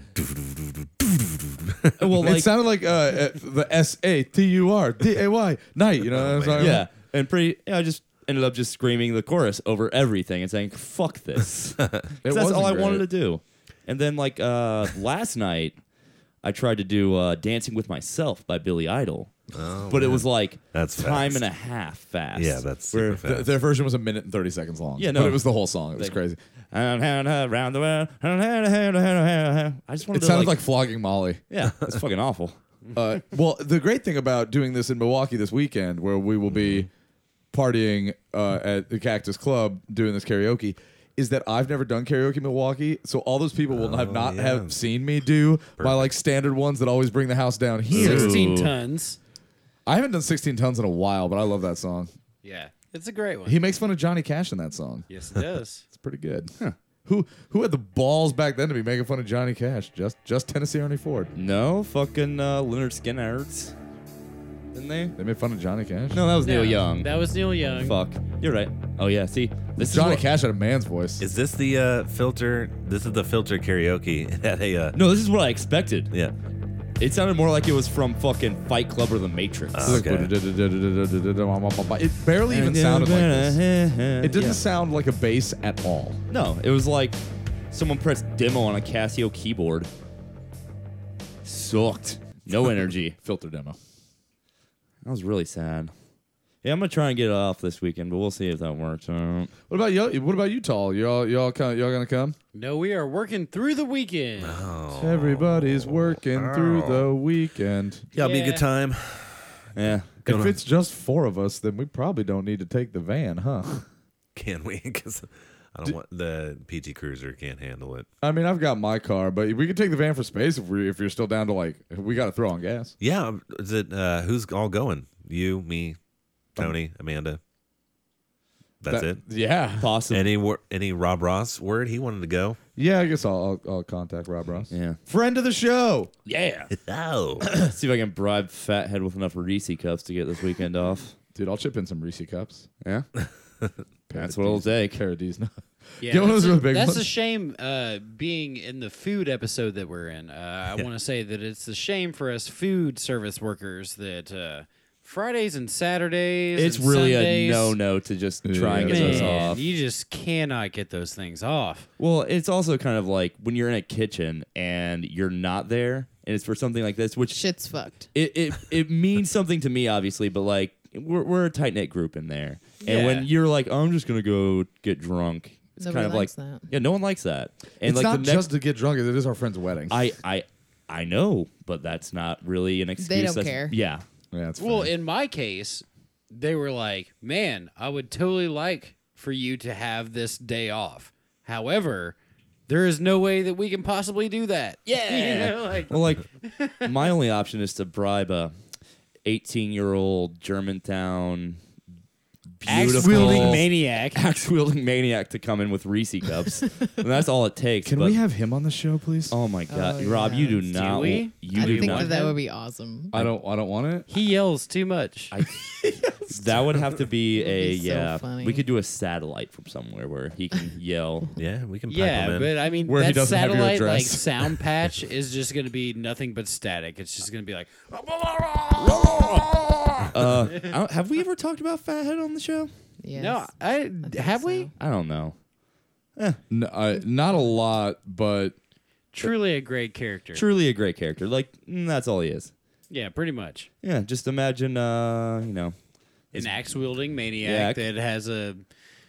well, it like- sounded like uh, uh, the S A T U R D A Y night. You know what I'm saying? Yeah, and pretty. Yeah, I just ended up just screaming the chorus over everything and saying "fuck this." 'Cause that's wasn't all I wanted to great. do. And then like uh, last night, I tried to do uh, "Dancing with Myself" by Billy Idol, but it Oh, man. was like That's time fast. and a half fast. Yeah, that's Where super th- fast. their version was a minute and thirty seconds long. Yeah, But no, it was the whole song. It was crazy. Around the world, I just wanted It to sounded like flogging Molly. Yeah, it's fucking awful. Uh, well, the great thing about doing this in Milwaukee this weekend, where we will be Mm-hmm. partying uh, at the Cactus Club doing this karaoke, is that I've never done karaoke in Milwaukee, so all those people will have not have seen me do my like standard ones that always bring the house down here. 16 tons. I haven't done 16 tons in a while, but I love that song. Yeah, it's a great one. He makes fun of Johnny Cash in that song. yes, it does. It's pretty good. Who who had the balls back then to be making fun of Johnny Cash? Just just Tennessee Ernie Ford. No, fucking uh, Leonard Skinner's. Didn't they? They made fun of Johnny Cash. No, that was Neil Young. That was Neil Young. Fuck, you're right. Oh yeah, see, this Johnny is what, Cash had a man's voice. Is this the uh, filter? This is the filter karaoke at a. Uh, No, this is what I expected. Yeah. It sounded more like it was from fucking Fight Club or The Matrix. It barely even sounded like this. It didn't Yeah. sound like a bass at all. No, it was like someone pressed demo on a Casio keyboard. Sucked. No energy. Filter demo. That was really sad. Yeah, I'm gonna try and get it off this weekend, but we'll see if that works. Uh, What about you? What about you, Tall? Y'all, y'all, co- y'all gonna come? No, we are working through the weekend. Oh. Oh. Everybody's working through the weekend. Yeah, it'll be a good Yeah. time. Yeah. If Gonna- it's just four of us, then we probably don't need to take the van, huh? Can we? Because I don't want the PT Cruiser can't handle it. I mean, I've got my car, but we could take the van for space if we if you're still down to like we got to throw on gas. Yeah, is it? Uh, who's all going? You, me, Tony, Amanda. That's Um, That- it. yeah. Possible. Any wor- any Rob Ross word? He wanted to go. Yeah, I guess I'll I'll, I'll contact Rob Ross. Yeah. Friend of the show. Yeah. Oh. see if I can bribe Fathead with enough Reese cups to get this weekend off. Dude, I'll chip in some Reese cups. Yeah. That's what it'll take. Parodies. Yeah, You know that's, those a, really big that's ones? a shame. Uh, being in the food episode that we're in, uh, I Yeah. want to say that it's a shame for us food service workers that uh, Fridays and Saturdays. It's and really Sundays, a no-no to just try and get those Man, off. You just cannot get those things off. Well, it's also kind of like when you're in a kitchen and you're not there, and it's for something like this, which Shit's fucked. It it, it means something to me, obviously, but like we're we're a tight knit group in there, and when Yeah. you're like, oh, I'm just gonna go get drunk, it's Nobody kind of likes like that. yeah, no one likes that, and it's like not the next, just to get drunk. It is our friend's wedding. I I I know, but that's not really an excuse. don't that's- care. Yeah, yeah, it's Well, in my case, they were like, "Man, I would totally like for you to have this day off." However, there is no way that we can possibly do that. Yeah, you know, like well, like my only option is to bribe a 18 year old Germantown beautiful Axe-wielding maniac, axe wielding maniac to come in with Reese cups, and that's all it takes. Can but- we have him on the show, please? Oh my God, Rob, you do not. we? You I do think not. that, that would be awesome. I don't. I don't want it. He yells too much. That would have to be a so yeah. funny. We could do a satellite from somewhere where he can yell. yeah, we can. yeah, but I mean Where he that doesn't have your satellite like address. sound patch is just going to be nothing but static. It's just going to be like Uh, I don't- have we ever talked about Fathead on the show? No, I, have we? I don't know. Eh, N- uh, not a lot, but Truly a great character. Truly a great character. Like mm, that's all he is. Yeah, pretty much. Yeah, just imagine. Uh, you know, an axe wielding maniac that has a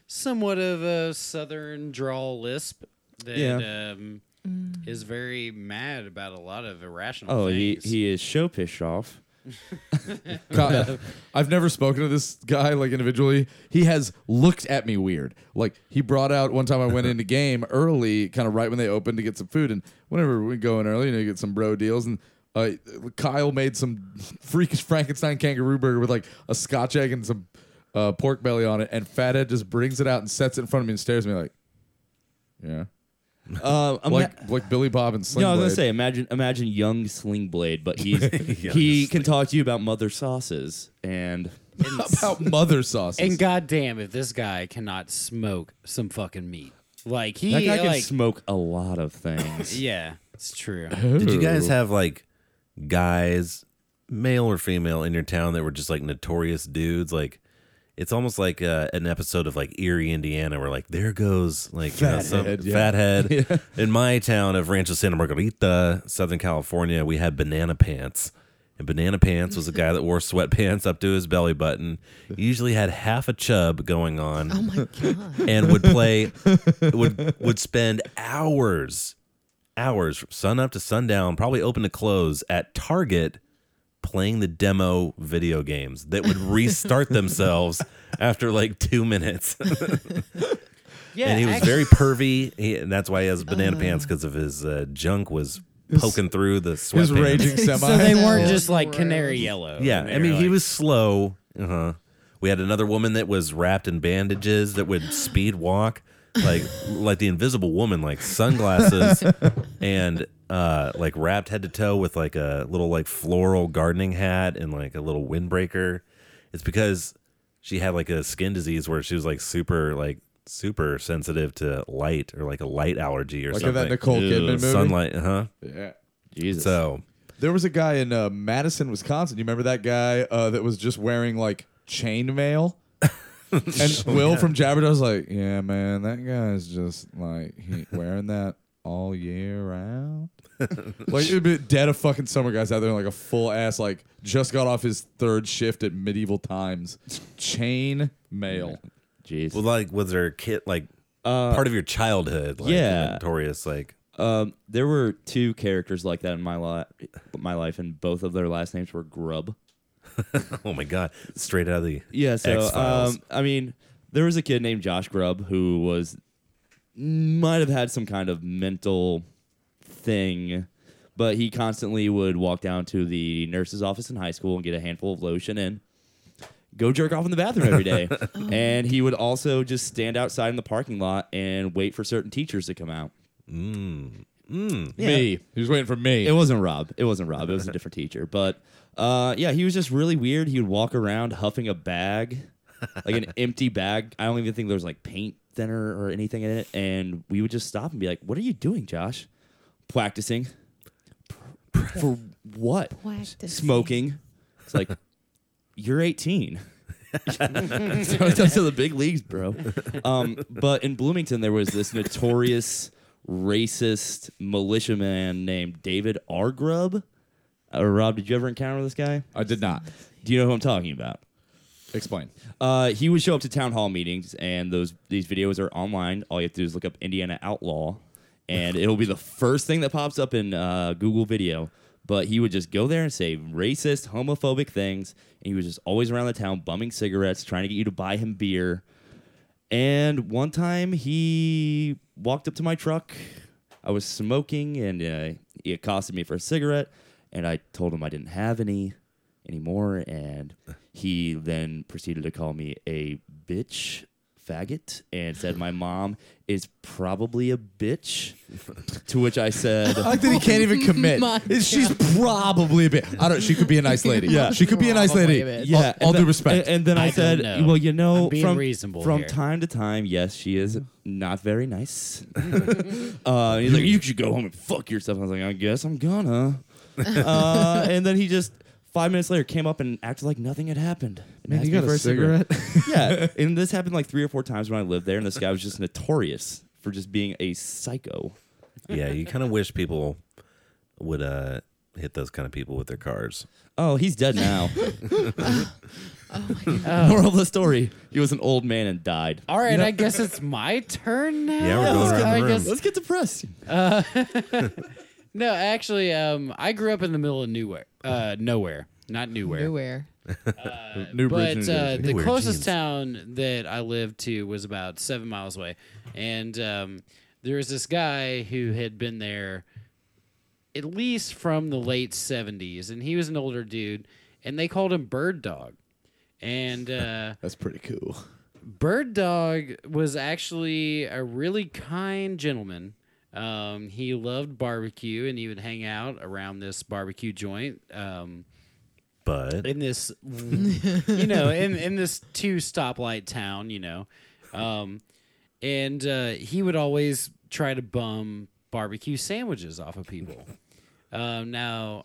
somewhat of a southern drawl lisp that Yeah. um, is very mad about a lot of irrational Oh, he, things. he is show pissed off. God, I've never spoken to this guy like individually. He has looked at me weird. Like he brought out one time I went into game early, kind of right when they opened to get some food, and whenever we go in early, you know, you get some bro deals and. Uh, Kyle made some freakish Frankenstein kangaroo burger with like a scotch egg and some uh, pork belly on it, and Fathead just brings it out and sets it in front of me and stares at me like, "Yeah, Uh, I'm like like Billy Bob and Sling no, I was Blade. gonna say, imagine imagine young Slingblade, but he's he can talk to you about mother sauces and about mother sauces. and goddamn if this guy cannot smoke some fucking meat. Like he that guy can like smoke a lot of things. yeah, it's true. Did you guys have like guys, male or female, in your town that were just like notorious dudes? Like It's almost like uh, an episode of like Erie, Indiana, where like there goes like you know, Fathead, some yeah. fathead. Yeah. In my town of Rancho Santa Margarita, Southern California, we had banana pants. And banana pants was a guy that wore sweatpants up to his belly button. Usually had half a chub going on. Oh my god! And would play, would would spend hours, hours from sun up to sundown, probably open to close at Target, playing the demo video games that would restart themselves after like two minutes. Yeah, and he was actually- very pervy, he, and that's why he has banana pants because of his uh, junk was poking through the sweatpants. his raging So semi. they weren't Yeah. just like canary yellow. Yeah, And they I mean were he like- was slow. Uh huh. We had another woman that was wrapped in bandages that would speed walk, like like the Invisible Woman, like sunglasses and uh like wrapped head to toe with like a little like floral gardening hat and like a little windbreaker. It's because she had like a skin disease where she was like super like super sensitive to light or like a light allergy or Like in something. that Nicole Kidman movie? Sunlight, huh? Yeah. Jesus. So There was a guy in uh, Madison, Wisconsin. You remember that guy uh, that was just wearing like chainmail? and Oh, Will yeah. from Jabberjaw was like, "Yeah, man, that guy's just like he wearing that all year round." like it'd be dead of fucking summer guys out there in like a full ass like just got off his third shift at medieval times, chain mail. Jeez. Well, like was there a kid like part of your childhood? Like, Uh, yeah. notorious like. Um, there were two characters like that in my life, my life, and both of their last names were Grub. oh my god! Straight out of the yeah. So, X-Files. um, I mean, there was a kid named Josh Grubb who was might have had some kind of mental thing, but he constantly would walk down to the nurse's office in high school and get a handful of lotion and go jerk off in the bathroom every day. and he would also just stand outside in the parking lot and wait for certain teachers to come out. Mm. Mm. Me. He was waiting for me. It wasn't Rob. It wasn't Rob. It was a different teacher. But uh, yeah, he was just really weird. He would walk around huffing a bag, like an empty bag. I don't even think there was like paint thinner or anything in it. And we would just stop and be like, "What are you doing, Josh? Practicing for what? Practicing. Smoking." It's like you're 18. it's up to the big leagues, bro. Um, but in Bloomington, there was this notorious racist militiaman named David R. Grubb. Uh, Rob, did you ever encounter this guy? I did not. Do you know who I'm talking about? Explain. Uh, he would show up to town hall meetings, and those these videos are online. All you have to do is look up Indiana Outlaw, and it'll be the first thing that pops up in uh, Google Video. But he would just go there and say racist, homophobic things, and he was just always around the town bumming cigarettes, trying to get you to buy him beer. And one time he walked up to my truck. I was smoking, and uh, he accosted me for a cigarette, and I told him I didn't have any anymore. And he then proceeded to call me a bitch faggot and said my mom is probably a bitch to which i said I like that he can't even commit. My It's- She's probably a bit. I don't. She could be a nice lady. Yeah, she could be a nice lady. All- Yeah, all, and due then- respect. And, and then I, said, "Well, you know, I'm being from reasonable from here. time to time, yes, she is Mm. not very nice." uh, he's like, "You should go home and fuck yourself." I was like, "I guess I'm gonna." uh, and then he just five minutes later came up and acted like nothing had happened. and Man, asked you me got a for yeah, and this happened like three or four times when I lived there, and this guy was just notorious for just being a psycho. yeah, you kind of wish people would uh hit those kind of people with their cars. Oh, he's dead now. my God. Moral of the story: He was an old man and died. All right, I guess it's my turn now. Yeah, we're going around I the room. guess- Let's get depressed. Uh, no, actually, um, I grew up in the middle of nowhere. Uh, nowhere, not nowhere. Nowhere. but New Bridge, New uh, Jersey. the Nowhere, closest James. town that I lived to was about seven miles away, and um, there was this guy who had been there at least from the late seventies, and he was an older dude, and they called him Bird Dog, and. Uh, That's pretty cool. Bird Dog was actually a really kind gentleman. Um, he loved barbecue and he would hang out around this barbecue joint. Um, but in this, you know, in, in this two stoplight town, you know, um, and uh, he would always try to bum barbecue sandwiches off of people. Um, now,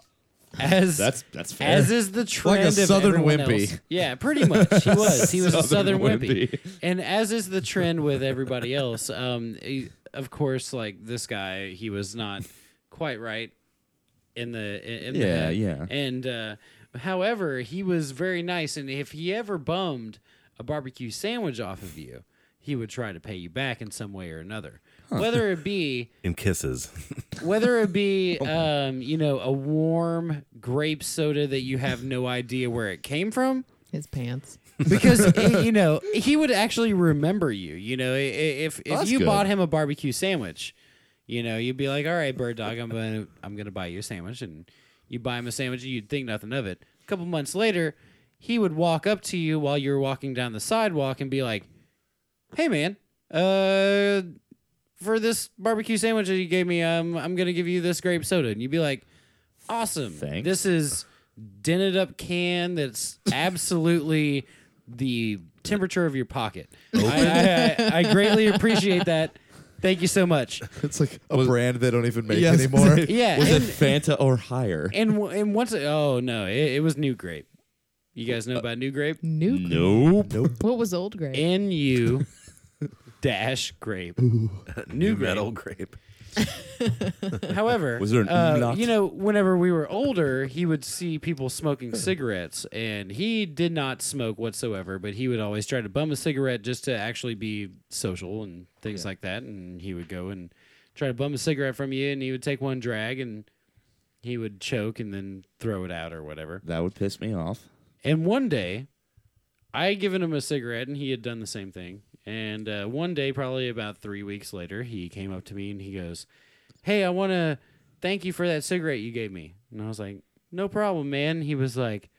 As That's- that's fair. as is the Like a trend of Southern everyone wimpy. else. Yeah, pretty much. He was. He was a Southern Southern wimpy. wimpy. And as is the trend with everybody else, um, he- of course, like this guy, he was not quite right in the in the Yeah, head. yeah. And uh, however, he was very nice, and if he ever bummed a barbecue sandwich off of you, he would try to pay you back in some way or another, whether it be in kisses. whether it be Oh. um, you know a warm grape soda that you have no idea where it came from his pants because eh, you know he would actually remember you you know i- i- if if that's you good. bought him a barbecue sandwich you know you'd be like all right bird dog i'm gonna i'm gonna buy you a sandwich and you buy him a sandwich and you'd think nothing of it a couple months later he would walk up to you while you were walking down the sidewalk and be like hey man uh for this barbecue sandwich that you gave me um i'm gonna give you this grape soda and you'd be like awesome this is dented up can that's absolutely the temperature of your pocket Oh. I, I, I, I greatly appreciate that thank you so much It's like a brand they don't even make Yeah, I was gonna anymore. say, yeah, Was it and- Fanta or higher? and w- and once oh no it, it was new grape you guys know about new grape new Nope. Nope. What was old grape? nu dash grape new metal grape However, Was there an uh, umlaut? you know, whenever we were older, he would see people smoking cigarettes, and he did not smoke whatsoever. But he would always try to bum a cigarette just to actually be social and things like that. And he would go and try to bum a cigarette from you, and he would take one drag, and he would choke, and then throw it out or whatever. That would piss me off. And one day, I had given him a cigarette, and he had done the same thing. And uh, one day, probably about three weeks later, he came up to me and he goes, "Hey, I want to thank you for that cigarette you gave me." And I was like, "No problem, man." He was like,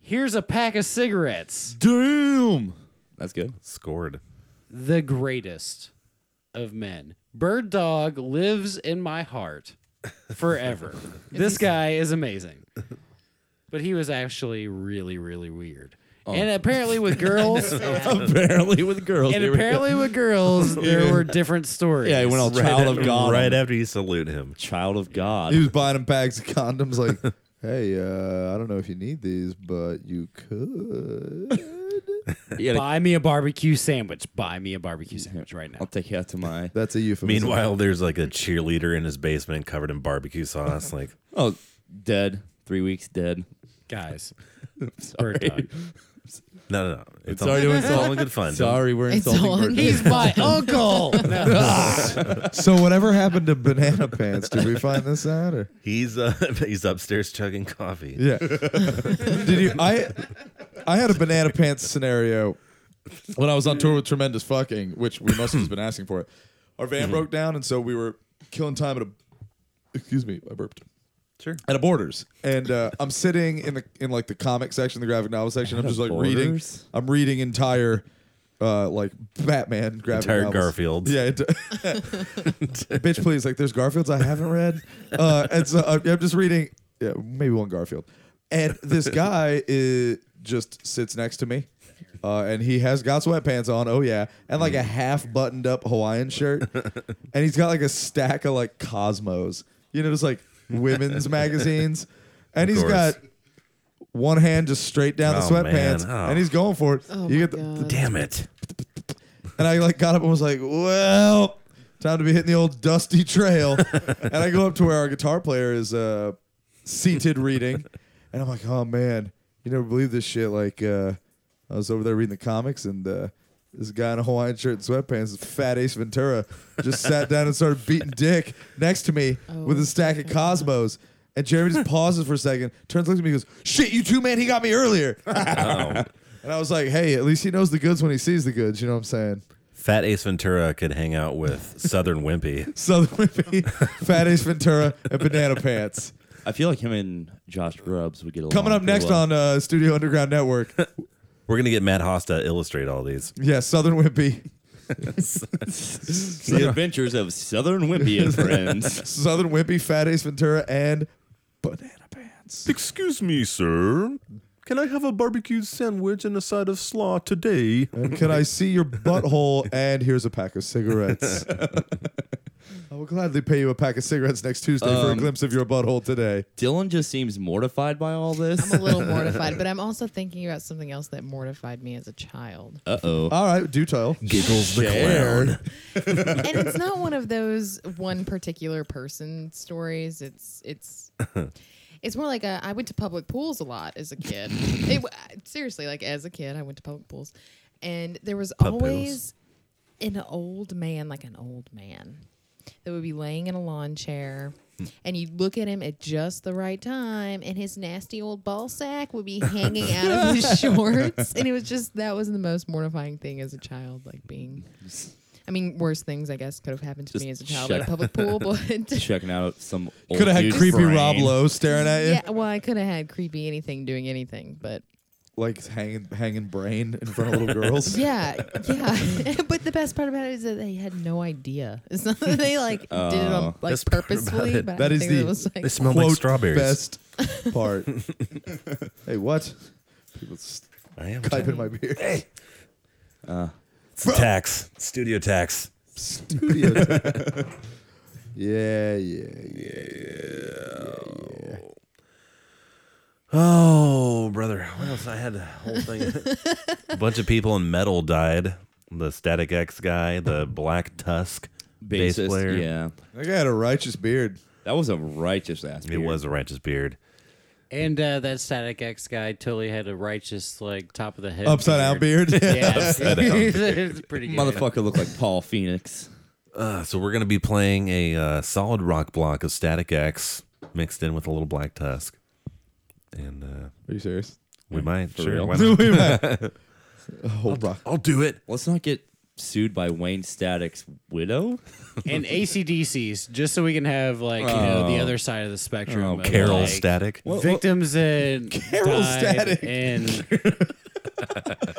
"Here's a pack of cigarettes." Damn. That's good. Scored. The greatest of men, Bird Dog lives in my heart forever. this guy is amazing. But he was actually really, really weird. And apparently with girls, Oh. Apparently with girls, and here we go. apparently with girls, there Yeah. were different stories. Yeah, he went all child of God. Right after you salute him, child of God. He was buying him bags of condoms. Like, hey, uh, I don't know if you need these, but you could. Buy me a barbecue sandwich. Buy me a barbecue sandwich right now. I'll take you out to my. That's a euphemism. Meanwhile, there's like a cheerleader in his basement covered in barbecue sauce. Like, oh, dead. Three weeks dead. Guys, Sorry. dog. no, no, no. It's Sorry all, to it's all in good fun. Sorry, we're insulting. Bert. He's my uncle. so whatever happened to banana pants? Did we find this out? Or? He's uh, he's upstairs chugging coffee. Yeah. Did you? I I had a banana pants scenario when I was on tour with Tremendous Fucking, which we must have been asking for it. Our Mm-hmm. van broke down, and so we were killing time at a. Excuse me, I burped. Sure. At a Borders, and uh, I'm sitting in the in like the comic section, the graphic novel section. At I'm a just like reading. Borders? I'm reading entire. Uh, like Batman, graphic Entire novels. Garfields. Yeah, it, bitch, please. Like, there's Garfields I haven't read. Uh, and so I'm, I'm just reading, yeah, maybe one Garfield. And this guy is, just sits next to me. Uh, and he has got sweatpants on, oh yeah, and like a Mm. half buttoned up Hawaiian shirt. and he's got like a stack of like Cosmos, you know, just like women's magazines. And Of he's course. got one hand just straight down Oh, the man. sweatpants, Oh. and he's going for it. Oh, you my get the, God. Damn it. and I like got up and was like, "Well, time to be hitting the old dusty trail." and I go up to where our guitar player is uh, seated reading, and I'm like, "Oh man, you never believe this shit!" Like, uh, I was over there reading the comics, and uh, this guy in a Hawaiian shirt and sweatpants, fat Ace Ventura, just sat down and started beating dick next to me with a stack of Cosmos. And Jeremy just pauses for a second, turns, looks at me, and goes, "Shit, you too, man. He got me earlier." Oh. And I was like, "Hey, at least he knows the goods when he sees the goods." You know what I'm saying? Fat Ace Ventura could hang out with Southern Wimpy. Southern Whippy, Fat Ace Ventura, and Banana Pants. I feel like him and Josh Grubbs would get along. Coming up pretty next well. on uh, Studio Underground Network. We're gonna get Matt Hosta to illustrate all these. Yeah, Southern Wimpy. The Adventures of Southern Wimpy and Friends. Southern Wimpy, Fat Ace Ventura, and Excuse me, sir. Can I have a barbecued sandwich and a side of slaw today? and can I see your butthole? And here's a pack of cigarettes. I will gladly pay you a pack of cigarettes next Tuesday for a Um, glimpse of your butthole today. Dylan just seems mortified by all this. I'm a little mortified, but I'm also thinking about something else that mortified me as a child. Uh oh. All right, do tell. Giggles the Share. and it's not one of those one particular person stories. It's it's it's more like a, I went to public pools a lot as a kid. it, wa- seriously, like as a kid, I went to public pools, and there was Pub pools. always an old man, like an old man, that would be laying in a lawn chair. And you'd look at him at just the right time, and his nasty old ball sack would be hanging out of his shorts. And it was just that was the most mortifying thing as a child, like being. I mean, worse things I guess could have happened to me as a child at a public pool, but checking out some. old Could have had dude's creepy brain. Rob Lowe staring at you, yeah. Well, I could have had creepy anything doing anything, but like hanging hanging brain in front of little girls. yeah, yeah. but the best part about it is that they had no idea. It's not that they like did it Uh, on like Best part about purposefully. it- But that I is think the- it was, like, they smell like quote, strawberries. Best part. hey, what? People s- I am type in my beard. Hey, Uh, it's a tax. Studio tax. Studio tax. yeah, yeah, yeah, yeah. Oh, brother. What else? I had a whole thing. a bunch of people in metal died. The Static X guy, the Black Tusk bass Bassist, player. yeah. That guy had a righteous beard. That was a righteous ass. It was a righteous beard. And uh, that Static X guy totally had a righteous, like, top of the head. Upside down beard? yeah. Upside down it's pretty good. Motherfucker looked like Paul Phoenix. Uh, so we're gonna be playing a uh, solid rock block of Static X mixed in with a little Black Tusk. And uh, are you serious? We might. For sure, real? why not? Hold I'll, on. I'll do it. Let's not get sued by Wayne Static's widow. And ACDC's, just so we can have, like, you know, the Oh. other side of the spectrum. Oh, of, Carol like, Static. What- what- Victims that Carol died Static. And,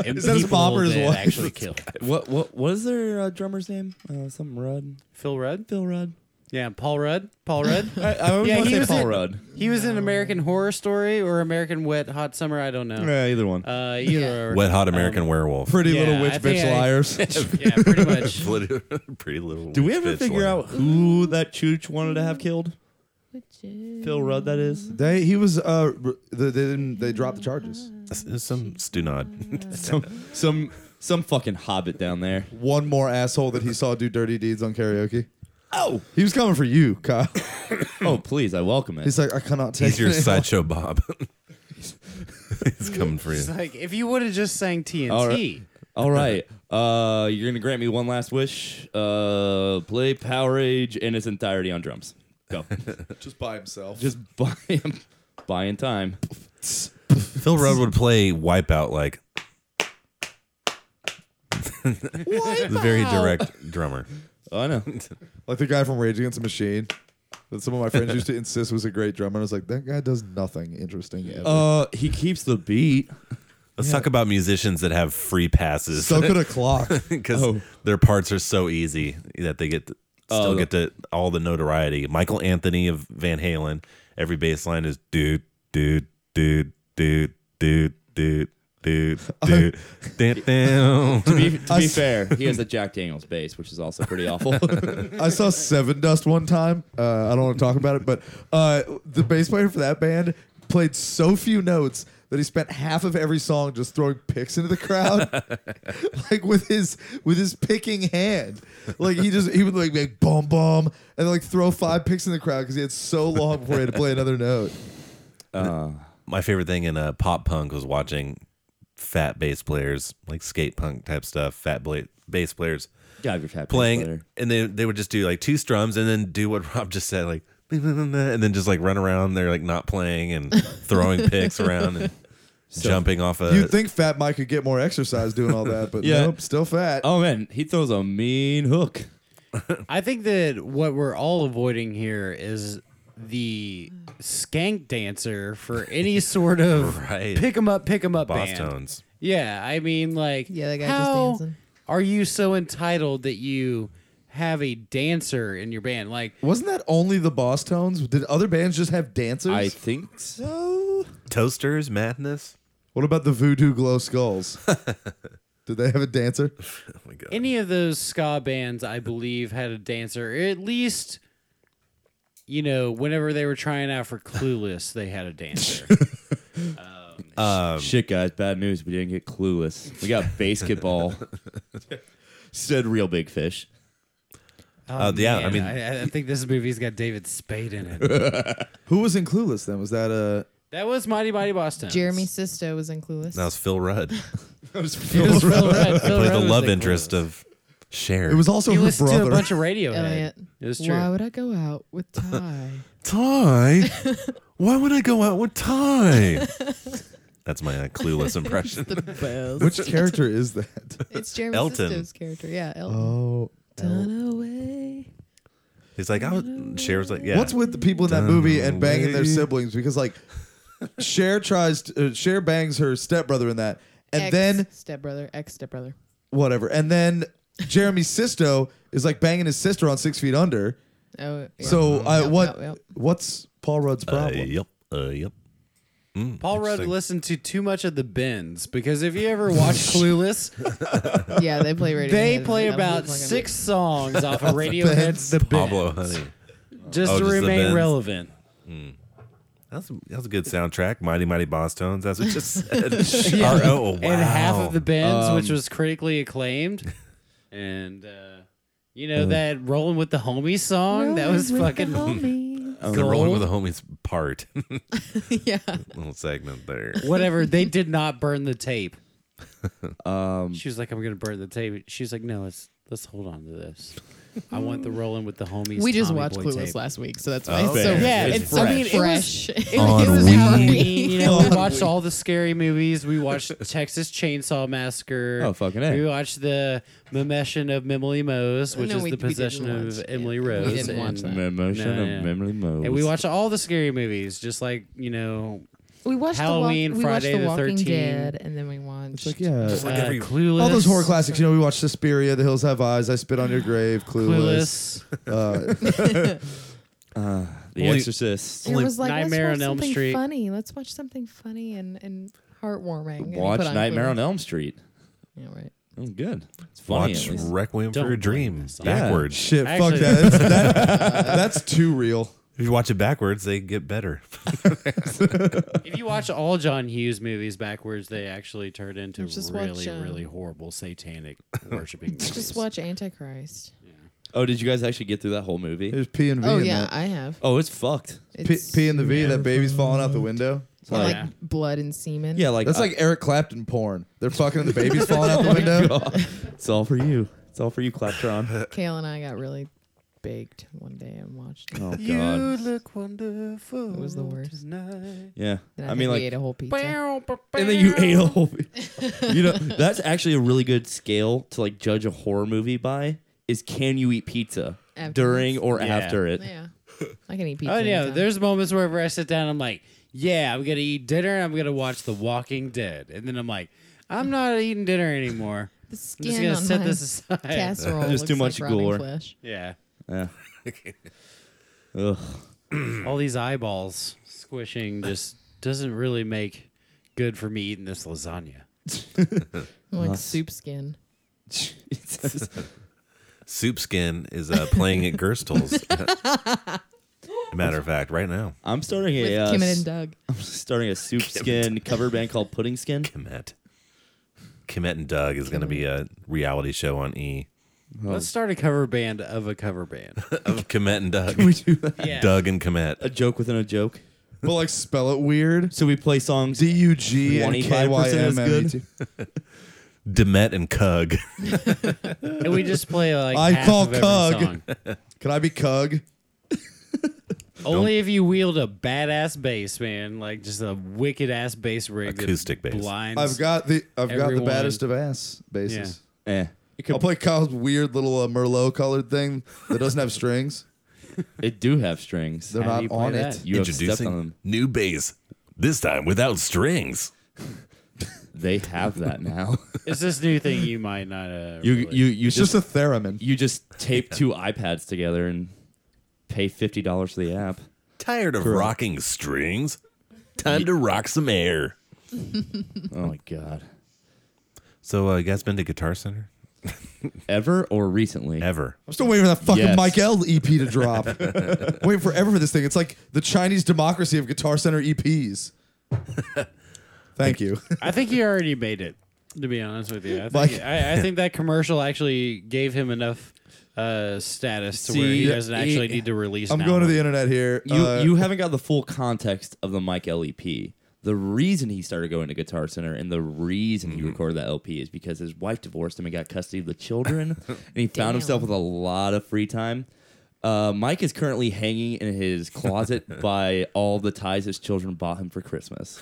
and Is that his people mom or his that wife? actually killed. What what what is their uh, drummer's name? Uh, something Rudd. Phil Rudd. Phil Rudd. Yeah, Paul Rudd. Paul Rudd. I- I always wanna say Paul in, Rudd. He was in American Horror Story or American Wet Hot Summer. I don't know. Yeah, either one. Uh, either or. Wet Hot American Werewolf. Pretty Yeah, little witch I bitch think I- liars. yeah, pretty much. Pretty- pretty little. Do we ever bitch figure line. out who that chooch wanted to have killed? Phil Rudd, that is. They he was uh r- they, they didn't they dropped the charges. Some stu Mm. nod. some some some fucking hobbit down there. One more asshole that he saw do dirty deeds on karaoke. Oh, he was coming for you, Kyle. oh please, I welcome it. He's like, I cannot take. He's your it anymore." sideshow Bob. He's coming for you. It's like if you would have just sang TNT. All right. All right. Uh, you're gonna grant me one last wish. Uh, play Power Age in its entirety on drums. Go. Just by himself. Just buy him. Buy in time. Phil Rudd would play Wipeout like. the very direct drummer. I know. like the guy from Rage Against the Machine. That some of my friends used to insist was a great drummer. I was like, that guy does nothing interesting ever. Oh. Uh, he keeps the beat. Let's talk about musicians that have free passes. So could a clock. Oh. because their parts are so easy that they get to, still Oh. get to all the notoriety. Michael Anthony of Van Halen, every bass line is dude, dude, dude, dude, dude, dude, dude, dude, dun, dun. To be, to I be s- fair, he has a Jack Daniels bass, which is also pretty awful. I saw Seven Dust one time. Uh, I don't want to talk about it, but uh, the bass player for that band played so few notes that he spent half of every song just throwing picks into the crowd, like with his with his picking hand. Like he just he would like make bum bum and then, like throw five picks in the crowd because he had so long before he had to play another note. Uh. My favorite thing in uh, pop punk was watching fat bass players, like skate punk type stuff, fat bla- bass players God, you're fat bass playing, player. and they they would just do like two strums and then do what Rob just said, like and then just like run around. They're like not playing and throwing picks around and jumping off a. You'd think Fat Mike could get more exercise doing all that, but Yeah. nope, still fat. oh man, he throws a mean hook. I think that what we're all avoiding here is the skank dancer for any sort of Right. pick 'em up, pick 'em up Boss band. tones. Yeah, I mean, like, yeah, that guy just how dancing. are you so entitled that you have a dancer in your band? Like, Wasn't that only the Boss Tones? Did other bands just have dancers? I think so. Toasters, madness. What about the Voodoo Glow Skulls? Did they have a dancer? Any of those ska bands, I believe, had a dancer. or At least, you know, whenever they were trying out for Clueless, they had a dancer. Oh, Um, Shit, guys, bad news. We didn't get clueless. We got basketball. Said real big fish. Oh, Uh, man, I, I think this movie's got David Spade in it. Who was in Clueless then? Was that uh that was Mighty Mighty Boston. Jeremy Sisto was in Clueless. That was Phil Rudd. that was Phil Phil Rudd. Rudd. Phil played Rudd the was love the interest of Cher. It was also he her listened to brother. a bunch of Radiohead. Elliot. It was Why true. would I go out with Ty? Ty? Why would I go out with Ty? That's my uh, clueless impression. It's the best. Which character is that? It's Jeremy Elton. Sisto's character. Yeah, Elton. Oh. Done away. He's like, I was, Cher was like, yeah. What's with the people in that Done movie and banging their away. siblings? Because like, Cher tries to, uh, Cher bangs her stepbrother in that, and Ex then stepbrother, ex stepbrother. whatever, and then Jeremy Sisto is like banging his sister on Six Feet Under. Oh, yeah. So I Yep, what? yep, yep. What's Paul Rudd's problem? yep. Uh, yep. Mm, Paul Rudd listened to too much of the Bends because if you ever watch Clueless, Yeah, they play Radiohead. they play I'm about looking at it. six songs off of The Radiohead's Bends. The Bends. Pablo Honey. Just to Oh, just The remain Bends. relevant. Hmm. That's that's a good soundtrack. Mighty Mighty Boss Tones. That's what it just said. Yeah. Or- oh, wow. And half of the bands, which Um, was critically acclaimed. And, uh, you know, Uh. that Rolling with the Homies song? that Rolling was with the fucking. Homies. um, gold. Oh, the Rolling with the Homies part. yeah. Little segment there. Whatever. They did not burn the tape. Um, she was like, I'm going to burn the tape. She's like, no, let's, let's hold on to this. I want the Rolling with the Homies. We just Tommy watched Boy Clueless tape. last week, so that's why it's Fair. so yeah, Oh, it's it's, I mean, it was, fresh. it, On it was weed. Halloween. You know, we On watched weed. all the scary movies. We watched Texas Chainsaw Massacre. Oh, fucking A. We watched the Mimession of Emily Mose, which No, is we- the we didn't possession of watch- Emily yeah, we Rose. didn't watch that. Mimossion of Emily Mose. And we watched all the scary movies, just like you know. We watched Halloween, the walk, Friday we the watched the, Walking 13th. Dead, and then we watched. It's like yeah, Just like Uh, every- Clueless. All those horror classics. You know, we watched Suspiria, The Hills Have Eyes, I Spit on Your Grave, Clueless. Uh, uh, The Only- Exorcist. It was like Nightmare let's on watch Elm something Street. funny. Let's watch something funny and and heartwarming. and he Watch put on Nightmare on Clueless. Elm Street. Yeah, right. It was good. It's funny. Watch at least. Requiem Don't for a blame Dream myself. backwards. Shit, fuck that. That's, that- that's too real. If you watch it backwards, they get better. If you watch all John Hughes movies backwards, they actually turn into Just watch, really, uh, really horrible satanic worshiping. movies. Just watch Antichrist. Oh, did you guys actually get through that whole movie? There's P and V. Oh in yeah, that. I have. Oh, it's fucked. P, It's P and the V, that baby's falling out the window. and, like blood and semen. Yeah, like uh, that's I- like Eric Clapton porn. They're fucking and the baby's falling out the Oh, window. God. it's all for you. It's all for you, Claptron. Kale and I got really baked one day and watched. it. Oh, God. You look wonderful. It was the worst. Yeah. Then I I, mean, think like- we ate a whole pizza. and then you ate a whole. You know, that's actually a really good scale to like judge a horror movie by is can you eat pizza Afterwards. during or Yeah. after it? Yeah, I can eat pizza. Oh yeah, anytime. there's moments wherever I sit down, I'm like, yeah, I'm gonna eat dinner. and I'm gonna watch The Walking Dead, and then I'm like, I'm not eating dinner anymore. I'm The just skin gonna on set my this aside. casserole There's too looks much like rotting gore. Flesh. Yeah, Yeah. Ugh. all these eyeballs squishing just doesn't really make good for me eating this lasagna. Like Us. soup skin. Soup Skin is uh, playing at Gerstle's. Matter of fact, right now. I'm starting a With uh, Kim s- and Doug. I'm starting a soup skin cover band called Pudding Skin. Kimet. Kimet and Doug is going to be a reality show on E. Let's start a cover band of a cover band. of Komet and Doug. Can we do that? Yeah. Doug and Komet. A joke within a joke. But like spell it weird. So we play songs. D U G and K 25% Y is M M E T. good. Demet and Cug. and we just play like I half call of every Cug. song. Can I be Cug? Only if you wield a badass bass, man. Like just a wicked ass bass rig. that Acoustic bass. Blinds. I've got the I've got everyone. the baddest of ass bases. Yeah. Eh. I'll play Kyle's weird little uh, Merlot colored thing that doesn't have strings. It do have strings. They're How do not you play on it. that? You have stepped Introducing on them. new bass, this time without strings. They have that now. It's this new thing you might not. Uh, you really- you you It's just, a theremin. you just tape two iPads together and pay fifty dollars for the app. Tired of rocking strings? Time to rock some air. Oh my god. So uh, you guys been to Guitar Center? Ever or recently? Ever. I'm still waiting for that fucking Yes. Mike L EP to drop. waiting forever for this thing. It's like the Chinese democracy of Guitar Center EPs. Thank you. I think he already made it. To be honest with you, I Like- think, I, I think that commercial actually gave him enough uh, status to where he See, doesn't actually it- need to release. I'm an going to album. the internet here. You Uh, you haven't got the full context of the Mike LEP. The reason he started going to Guitar Center and the reason Mm-hmm. he recorded that LP is because his wife divorced him and got custody of the children, and he found himself with a lot of free time. Uh, Mike is currently hanging in his closet by all the ties his children bought him for Christmas.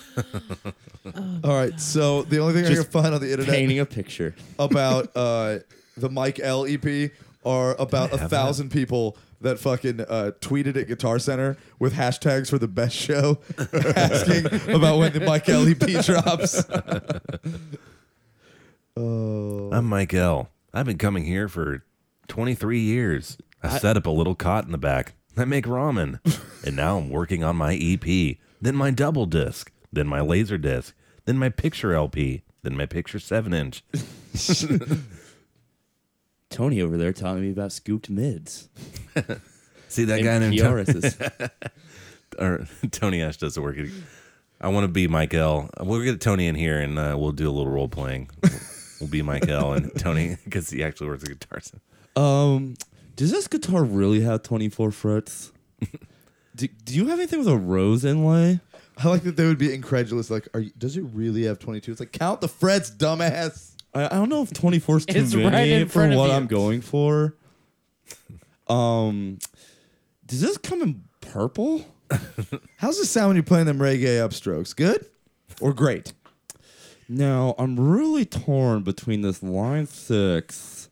All right. So the only thing I Just can find on the internet painting a picture. about uh, the Mike L EP are about I a have thousand people that fucking uh, tweeted at Guitar Center with hashtags for the best show, asking about when the Mike L EP drops. Oh. I'm Mike L. I've been coming here for 23 years. I, I- set up a little cot in the back. I make ramen. and now I'm working on my EP, then my double disc, then my laser disc, then my picture LP, then my picture 7 inch. Tony over there telling me about scooped mids. See that And guy named Kioris's. or Tony Ash doesn't work. at- I want to be Mike L. We'll get Tony in here and uh, we'll do a little role playing. We'll be Mike L. and Tony because he actually works at Guitar Center. Um, does this guitar really have 24 frets? do, do you have anything with a rose inlay? I like that they would be incredulous. Like, are you, does it really have 22? It's like, count the frets, dumbass. I, I don't know if 24 is too It's many right in for front of what you. I'm going for. Um, does this come in purple? How's it sound when you're playing them reggae upstrokes? Good or great? No, I'm really torn between this line six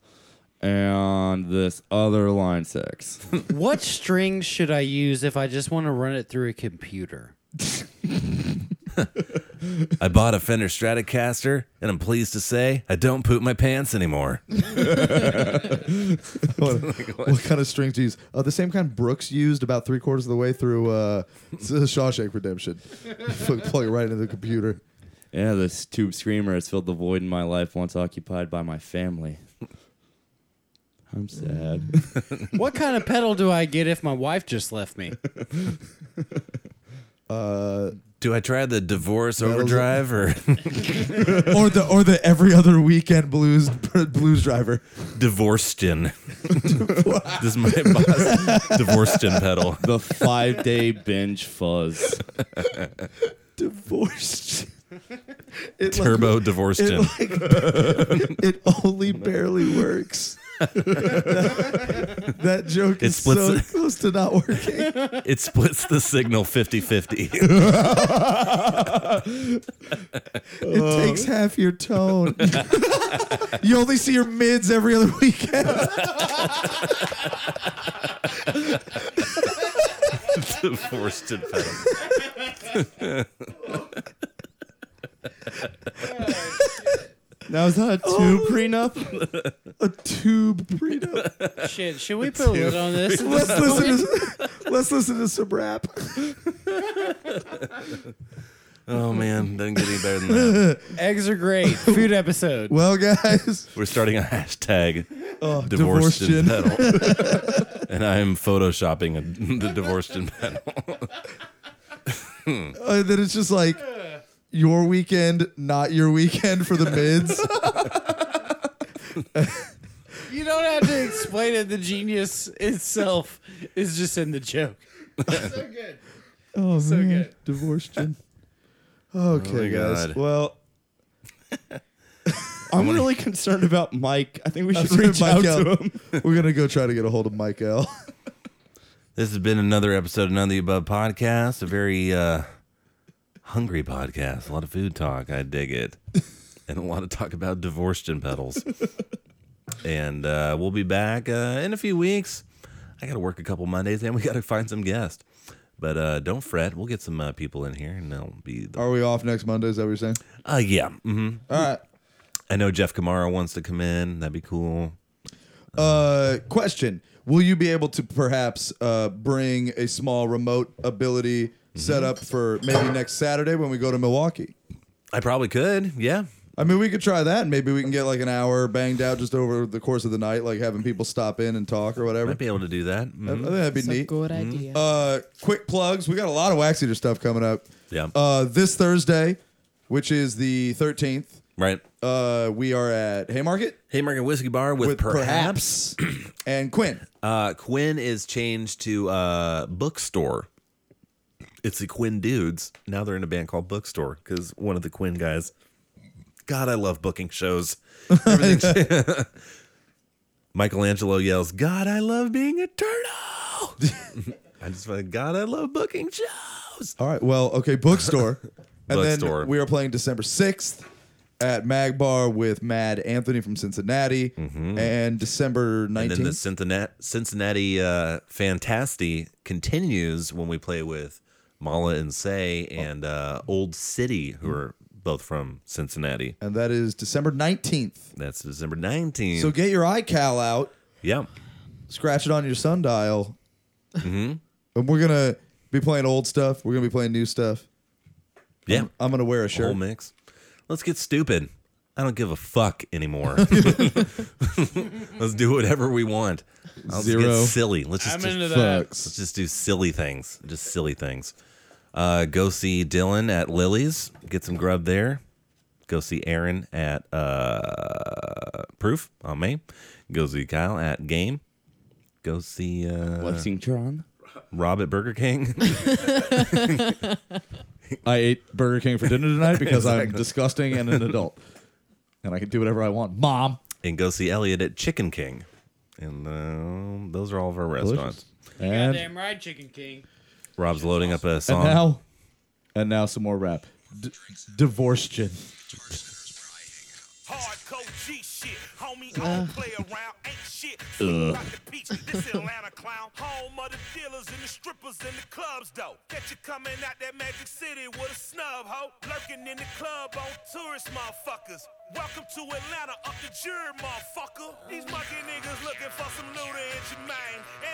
and this other line six. Uh, what strings should I use if I just want to run it through a computer? I bought a Fender Stratocaster, and I'm pleased to say I don't poop my pants anymore. what, what kind of strings do you use? Uh, the same kind Brooks used about three quarters of the way through uh, Shawshank Redemption. Fuck, Plug it right into the computer. Yeah, this tube screamer has filled the void in my life once occupied by my family. I'm sad. what kind of pedal do I get if my wife just left me? Uh, Do I try the divorce overdrive or or the or the every other weekend blues blues driver. divorcestin? this is my boss. Divorcestin pedal. The five day binge fuzz. Divorced. It Turbo divorced it him. like- it only barely works. that, that joke It is splits so it. close to not working. It splits the signal 50 50. It Oh. takes half your tone. you only see your mids every other weekend. Divorced and pedal. Now is that a Oh. tube prenup? Oh. a tube prenup. Shit, should we put a lid on this? at Let's this listen. point? To, let's listen to some rap. oh, man. Doesn't get any better than that. Eggs are great. Food episode. Well, guys, We're starting a hashtag Oh, divorced and divorced in. pedal. and I'm photoshopping a, the divorced and pedal. uh, then it's just like your weekend, not your weekend for the mids. You don't have to explain it. The genius itself is just in the joke. so good. Oh, So man. good. Divorced. in. my Okay, guys. God. Well, I'm really concerned about Mike. I think we should that's right, reach out Michael. to him. We're gonna go try to get a hold of Mike L. This has been another episode of None of the Above podcast, a very uh, hungry podcast. A lot of food talk. I dig it. and a lot of talk about divorced and pedals. and uh, we'll be back uh, in a few weeks. I got to work a couple Mondays and we got to find some guests. But uh, don't fret. We'll get some uh, people in here and they'll be. Are we off next Monday? Is that what you're saying? Uh, yeah. Mm-hmm. All right. I know Jeff Kamara wants to come in. That'd be cool. Uh, question: Will you be able to perhaps uh, bring a small remote Mm-hmm. ability set up for maybe next Saturday when we go to Milwaukee? I probably could. Yeah. I mean, we could try that. and Maybe we can get like an hour banged out just over the course of the night, like having people stop in and talk or whatever. Might be able to do that. Mm-hmm. I- I think that'd be That's a neat. good Mhm. idea. Uh, quick plugs. We got a lot of Wax Eater stuff coming up. Yeah. Uh, this Thursday, which is the 13th, Right. uh, we are at Haymarket. Haymarket Whiskey Bar with, Perhaps. and Quinn. Uh, Quinn is changed to uh, Bookstore. It's the Quinn Dudes. Now they're in a band called Bookstore because one of the Quinn guys. God, I love booking shows. Everything- Michelangelo yells, God, I love being a turtle. I just like, God, I love booking shows. All right. Well, okay, bookstore. and Bookstore. then we are playing December 6th at Mag Bar with Mad Anthony from Cincinnati. And December 19th. Mm-hmm. And then the Cincinnati, Cincinnati uh, Fantasty continues when we play with Mala and Say and uh, Old City, Mm. who are both from Cincinnati. and that is December 19th. That's December 19th. So get your iCal out, yeah. scratch it on your sundial, hmm and we're going to be playing old stuff. We're going to be playing new stuff. Yeah. I'm, going to wear a shirt. Whole mix. Let's get stupid. I don't give a fuck anymore. Let's do whatever we want. I'll Just Zero. get silly. Let's just, I'm just- into that. Let's just do silly things. Just silly things. Uh, go see Dylan at Lily's. Get some grub there. Go see Aaron at uh, Proof on May. Go see Kyle at Game. Go see uh, Lexington. Rob at Burger King. I ate Burger King for dinner tonight because I'm Exactly. disgusting and an adult. And I can do whatever I want. Mom. and go see Elliot at Chicken King. And uh, those are all of our Delicious. restaurants. And, Goddamn right, Chicken King. Rob's loading up a and song. now, and now some more rap. D- divorce gin. Hardcore G shit, homie. I Uh. don't play around, ain't shit. Ugh. Ugh. the beach, this Atlanta clown. Home of the dealers and the strippers and the clubs, though. Catch you coming out that Magic City with a snub, ho. Lurking in the club on tourist motherfuckers. Welcome to Atlanta, up the jury, motherfucker. These monkey niggas looking for some looter in Jermaine.